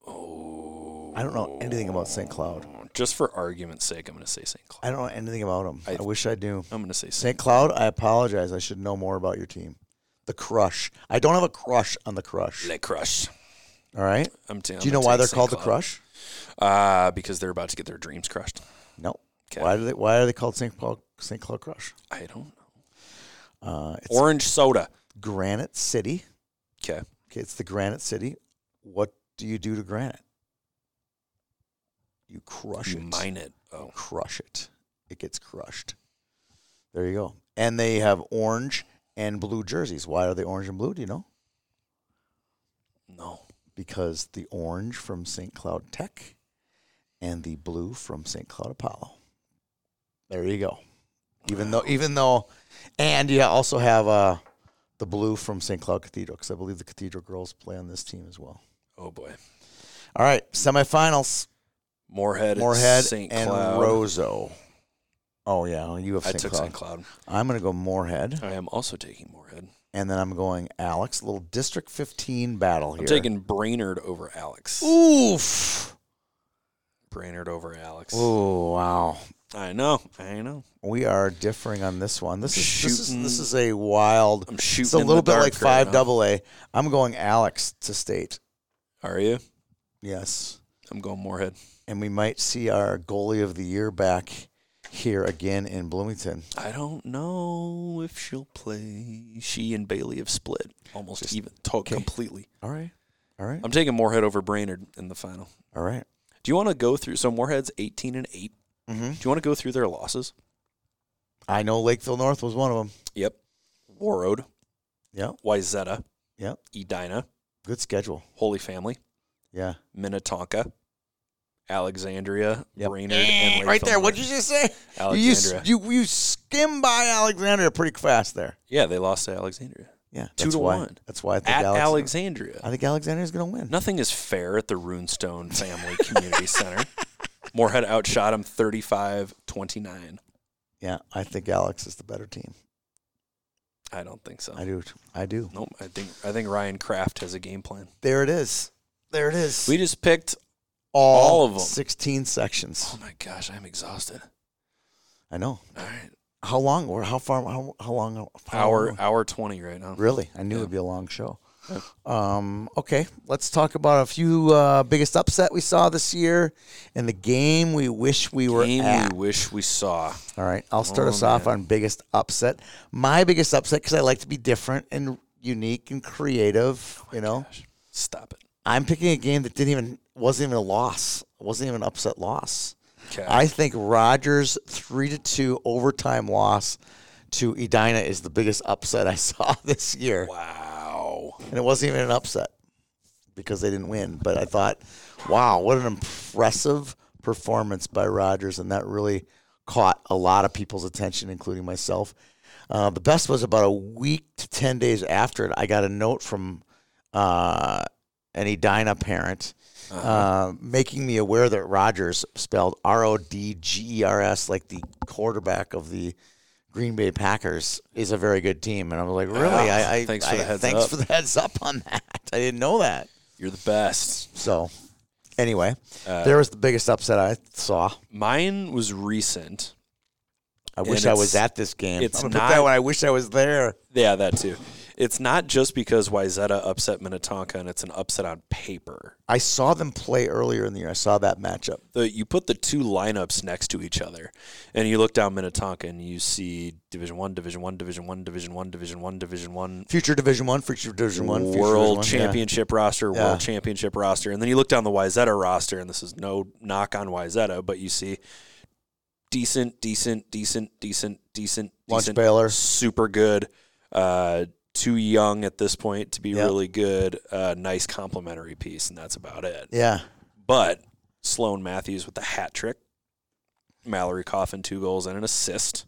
B: Oh.
A: I don't know anything about St. Cloud.
B: Just for argument's sake, I'm going to say St. Cloud.
A: I don't know anything about them. I,
B: I-
A: wish I knew.
B: I'm going to say St.
A: St. Cloud, I apologize. I should know more about your team. The Crush. I don't have a crush on the Crush.
B: Le Crush.
A: All right.
B: I'm t- I'm
A: Do you know
B: gonna
A: why
B: take
A: they're
B: St.
A: called the
B: Cloud.
A: Crush?
B: Uh, because they're about to get their dreams crushed.
A: No.
B: 'Kay.
A: Why do they? Why are they called St. Paul St. Cloud Crush?
B: I don't know.
A: Uh, it's
B: Orange soda.
A: Granite City.
B: Okay.
A: Okay, it's the Granite City. What do you do to granite? You crush
B: You
A: it.
B: mine it. Oh.
A: Crush it. It gets crushed. There you go. And they have orange and blue jerseys. Why are they orange and blue? Do you know?
B: No.
A: because the orange from St. Cloud Tech and the blue from St. Cloud Apollo. There you go. Even though, even though, and you also have uh, the blue from St. Cloud Cathedral because I believe the Cathedral girls play on this team as well.
B: Oh boy,
A: All right, semifinals:
B: Moorhead,
A: Moorhead
B: St.
A: and
B: Cloud.
A: Roseau. Oh yeah, well, you have
B: I
A: St.
B: took
A: Cloud.
B: St. Cloud.
A: I'm going to go Moorhead,
B: I am also taking Moorhead.
A: and then I'm going Alex. Little District 15 battle here.
B: I'm taking Brainerd over Alex.
A: Oof.
B: Brainerd over Alex.
A: Oh wow.
B: I know. I know.
A: We are differing on this one. This is this is
B: Shooting-
A: this is a wild.
B: I'm shooting.
A: It's a
B: in
A: little
B: the
A: bit
B: dark
A: like
B: right
A: five
B: now.
A: double A. I'm going Alex to state.
B: Are you?
A: Yes,
B: I'm going Moorhead.
A: and we might see our goalie of the year back here again in Bloomington.
B: I don't know if she'll play. She and Bailey have split almost even. To- Completely.
A: All right, all right,
B: I'm taking Moorhead over Brainerd in the final.
A: all right.
B: Do you want to go through? So Moorhead's 18 and 8.
A: Mm-hmm.
B: Do you want to go through their losses?
A: I know Lakeville North was one of them.
B: Yep. Warroad,
A: Yep,
B: Wyzetta,
A: yep.
B: Edina,
A: Good schedule.
B: Holy Family,
A: Yeah,
B: Minnetonka, Alexandria,
A: Yep.
B: Brainerd, and
A: Eh, right
B: Lakeville
A: there. What
B: North.
A: did you just say? You s-
B: Alexandria.
A: you you skim by Alexandria pretty fast there.
B: yeah, they lost to Alexandria.
A: Yeah,
B: Two
A: that's
B: to
A: why,
B: one.
A: That's why I think
B: At
A: Alex,
B: Alexandria.
A: I think Alexandria's going to win.
B: Nothing is fair at the Runestone Family Community Center. Moorhead outshot him 35 29.
A: Yeah, I think Alex is the better team.
B: I don't think so.
A: I do. I do.
B: nope. I think I think Ryan Kraft has a game plan.
A: There it is. There it is.
B: We just picked. all of 'em.
A: 16 sections.
B: Oh my gosh, I'm exhausted.
A: I know.
B: All right.
A: How long? Or how far? How, how long? How
B: Hour,
A: long-
B: hour 20 right now.
A: Really? I knew
B: Yeah.
A: it'd be a long show. Um, okay, let's talk about a few uh, biggest upset we saw this year and the game we wish we were
B: Game
A: at.
B: we wish we saw.
A: All right, I'll start
B: Oh,
A: us off on biggest upset. My biggest upset because I like to be different and unique and creative. you know,
B: Oh Gosh, stop it.
A: I'm picking a game that didn't even wasn't even a loss, wasn't even an upset loss.
B: Okay.
A: I think Rogers three to two overtime loss to Edina is the biggest upset I saw this year,
B: wow.
A: and it wasn't even an upset because they didn't win. But I thought, wow, what an impressive performance by Rogers, and that really caught a lot of people's attention, including myself. Uh, the best was about a week to ten days after it. I got a note from uh, an Edina parent
B: Uh-huh.
A: uh, making me aware that Rogers spelled R O D G E R S like the quarterback of the Green Bay Packers is a very good team, and I was like, really?
B: Ah,
A: I, I
B: thanks for the
A: I-
B: heads
A: thanks
B: up.
A: for the heads up on that. I didn't know that.
B: You're the best.
A: So, anyway,
B: Uh,
A: there was the biggest upset I saw.
B: Mine was recent.
A: I wish
B: and
A: I was
B: it's-
A: at this game.
B: it's
A: I'm gonna put
B: not-
A: that one. I wish I was there.
B: Yeah, that too. It's not just because Wyzetta upset Minnetonka and it's an upset on paper.
A: I saw them play earlier in the year. I saw that matchup.
B: The, you put the two lineups next to each other and you look down Minnetonka and you see Division 1, Division 1, Division 1, Division 1, Division 1, Division 1
A: Future Division One, Future Division One, future
B: world
A: Division One, yeah.
B: championship roster,
A: Yeah.
B: world championship roster. And then you look down the Wyzetta roster and this is no knock on Wyzetta, but you see decent, decent, decent, decent, decent,
A: Lunch
B: decent
A: Baylor.
B: super good. Uh, too young at this point to be
A: Yep.
B: really good. Uh, nice complimentary piece, and that's about it.
A: Yeah.
B: But Sloan Matthews with the hat trick, Mallory Coffin two goals and an assist,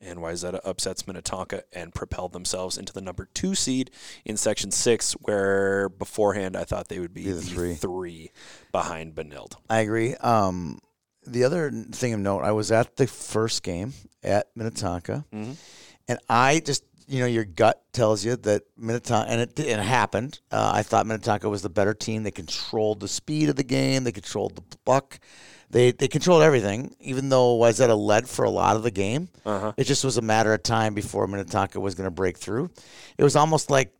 B: and Wyzetta upsets Minnetonka and propelled themselves into the number two seed in Section Six, where beforehand I thought they would be
A: Be the
B: the
A: three.
B: three, behind Benilde.
A: I agree. Um, the other thing of note, I was at the first game at Minnetonka,
B: Mhm.
A: and I just, you know, your gut tells you that Minnetonka, and it, it happened. Uh, I thought Minnetonka was the better team. They controlled the speed of the game. They controlled the buck. They they controlled everything. Even though Wayzata led for a lot of the game,
B: Uh-huh.
A: it just was a matter of time before Minnetonka was going to break through. It was almost like,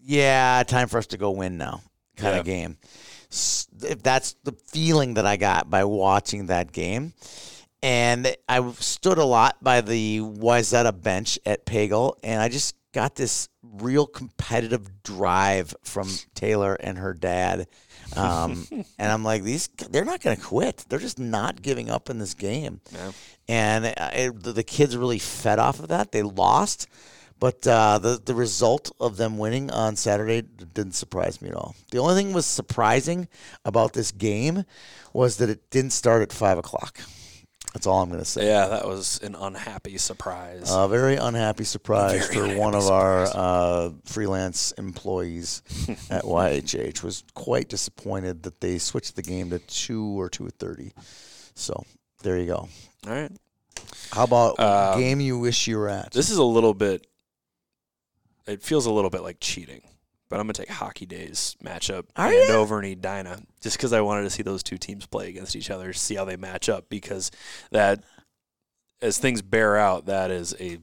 A: yeah, time for us to go win now, kind
B: Yeah.
A: of game s- if that's the feeling that I got by watching that game. And I stood a lot by the Wayzata bench at Pagel, and I just got this real competitive drive from Taylor and her dad. Um, and I'm like, these they're not going to quit. They're just not giving up in this game. And uh, it, the, the kids really fed off of that. They lost, But uh, the the result of them winning on Saturday d- didn't surprise me at all. The only thing was surprising about this game was that it didn't start at five o'clock. That's all I'm going to say.
B: Yeah, that was an unhappy surprise.
A: A very unhappy surprise
B: Very
A: for
B: unhappy
A: one of our uh, freelance employees at YHH. Was quite disappointed that they switched the game to two or two thirty. So there you go.
B: all right.
A: How about
B: Uh,
A: game you wish you were at?
B: This is a little bit. It feels a little bit like cheating, but I'm gonna take Hockey Days matchup
A: Are ya?
B: Andover and Edina just because I wanted to see those two teams play against each other, see how they match up. Because that, as things bear out, that is a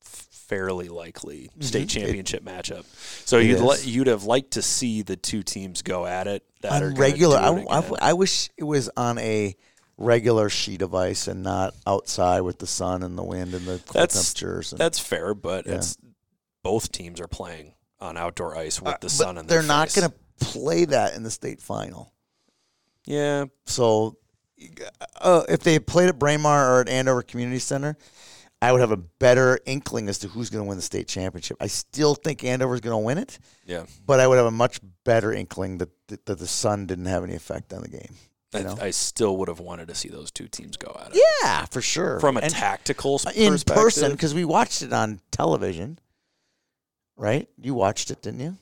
B: fairly likely state
A: Mhm.
B: championship matchup. So
A: it
B: you'd li-
A: is.
B: you'd have liked to see the two teams go at it that are
A: on
B: gonna
A: regular.
B: do
A: I,
B: it
A: I-
B: again.
A: I wish it was on a regular sheet of ice and not outside with the sun and the wind and the cold
B: That's-
A: temperatures. And,
B: That's fair, but
A: Yeah.
B: it's both teams are playing on outdoor ice with
A: Uh,
B: the
A: but
B: sun in
A: they're
B: their
A: not
B: face.
A: going to play that in the state final.
B: Yeah,
A: So, uh, if they played at Braemar or at Andover Community Center, I would have a better inkling as to who's going to win the state championship. I still think Andover's going to win it,
B: yeah.
A: but I would have a much better inkling that that, that the sun didn't have any effect on the game. You know?
B: I, I still would have wanted to see those two teams go at it
A: yeah, for sure.
B: from a
A: And-
B: tactical s-
A: in
B: perspective.
A: person because we watched it on television, right? You watched it, didn't you?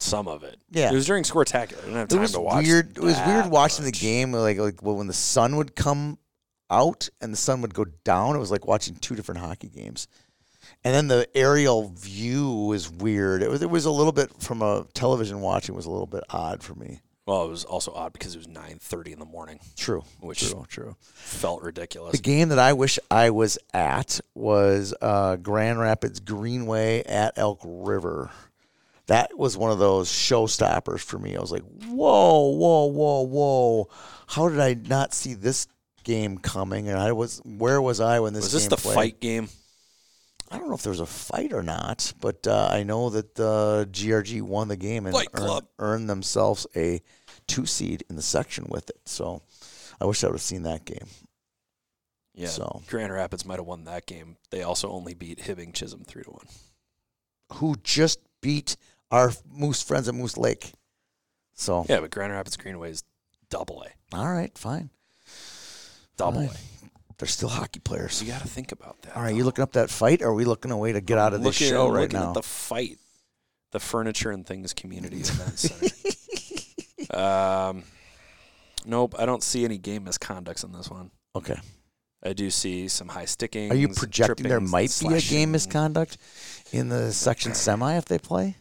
B: Some of it,
A: Yeah.
B: it was during Squirtacular. I didn't have
A: It
B: time
A: was
B: to watch.
A: weird. It was weird
B: that
A: watching
B: much.
A: the game like like well, when the sun would come out and the sun would go down. It was like watching two different hockey games. And then the aerial view was weird. It was it was a little bit from a television watching was a little bit odd for me.
B: Well, it was also odd because it was nine thirty in the morning,
A: True.
B: which
A: True, true.
B: felt ridiculous.
A: The game that I wish I was at was uh, Grand Rapids Greenway at Elk River. That was one of those showstoppers for me. I was like, whoa, whoa, whoa, whoa. How did I not see this game coming? And I was, where was I when this
B: was this
A: game
B: the
A: played?
B: fight game?
A: I don't know if there was a fight or not, but uh, I know that uh, GRG won the game and
B: Fight
A: earned,
B: Club.
A: earned themselves a two seed in the section with it. So I wish I would have seen that game.
B: Yeah,
A: So.
B: Grand Rapids might have won that game. They also only beat Hibbing Chisholm three to one.
A: who just beat our Moose friends at Moose Lake. So,
B: Yeah, but Grand Rapids Greenway is double A,
A: all right, fine.
B: double
A: Fine.
B: A.
A: They're still hockey players.
B: You got to think about that.
A: All right, you looking up that fight? Or are we looking a way to get out of this
B: Looking-
A: show right
B: looking
A: now?
B: At the fight, the furniture and things community event center. um, nope, I don't see any game misconducts in this one.
A: okay.
B: I do see some high sticking.
A: Are you projecting there might be a game misconduct in the section semi if they play?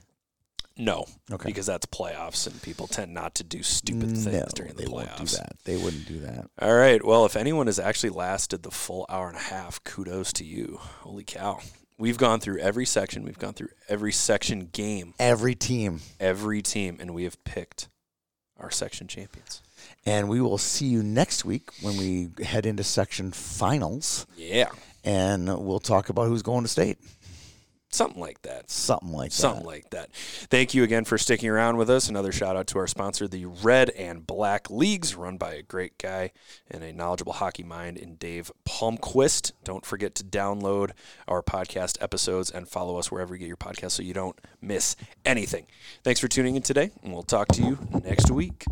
B: No,
A: Okay.
B: because that's playoffs and people tend not to do stupid things
A: no,
B: during the
A: they won't
B: playoffs.
A: do that. They wouldn't do that.
B: All right. Well, if anyone has actually lasted the full hour and a half, kudos to you. Holy cow. We've gone through every section. We've gone through every section game,
A: Every team.
B: every team, and we have picked our section champions.
A: And we will see you next week when we head into section finals
B: Yeah.
A: and we'll talk about who's going to state.
B: Something like that.
A: Something like that.
B: Something like that. Thank you again for sticking around with us. Another shout out to our sponsor, the Red and Black Leagues, run by a great guy and a knowledgeable hockey mind in Dave Palmquist. Don't forget to download our podcast episodes and follow us wherever you get your podcast so you don't miss anything. Thanks for tuning in today, and we'll talk to you next week.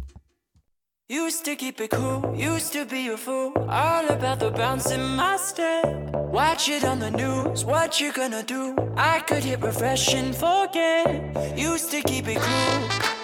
C: Used to keep it cool, used to be a fool. All about the bouncing my step. Watch it on the news, what you gonna do? I could hit refresh and forget. Used to keep it cool.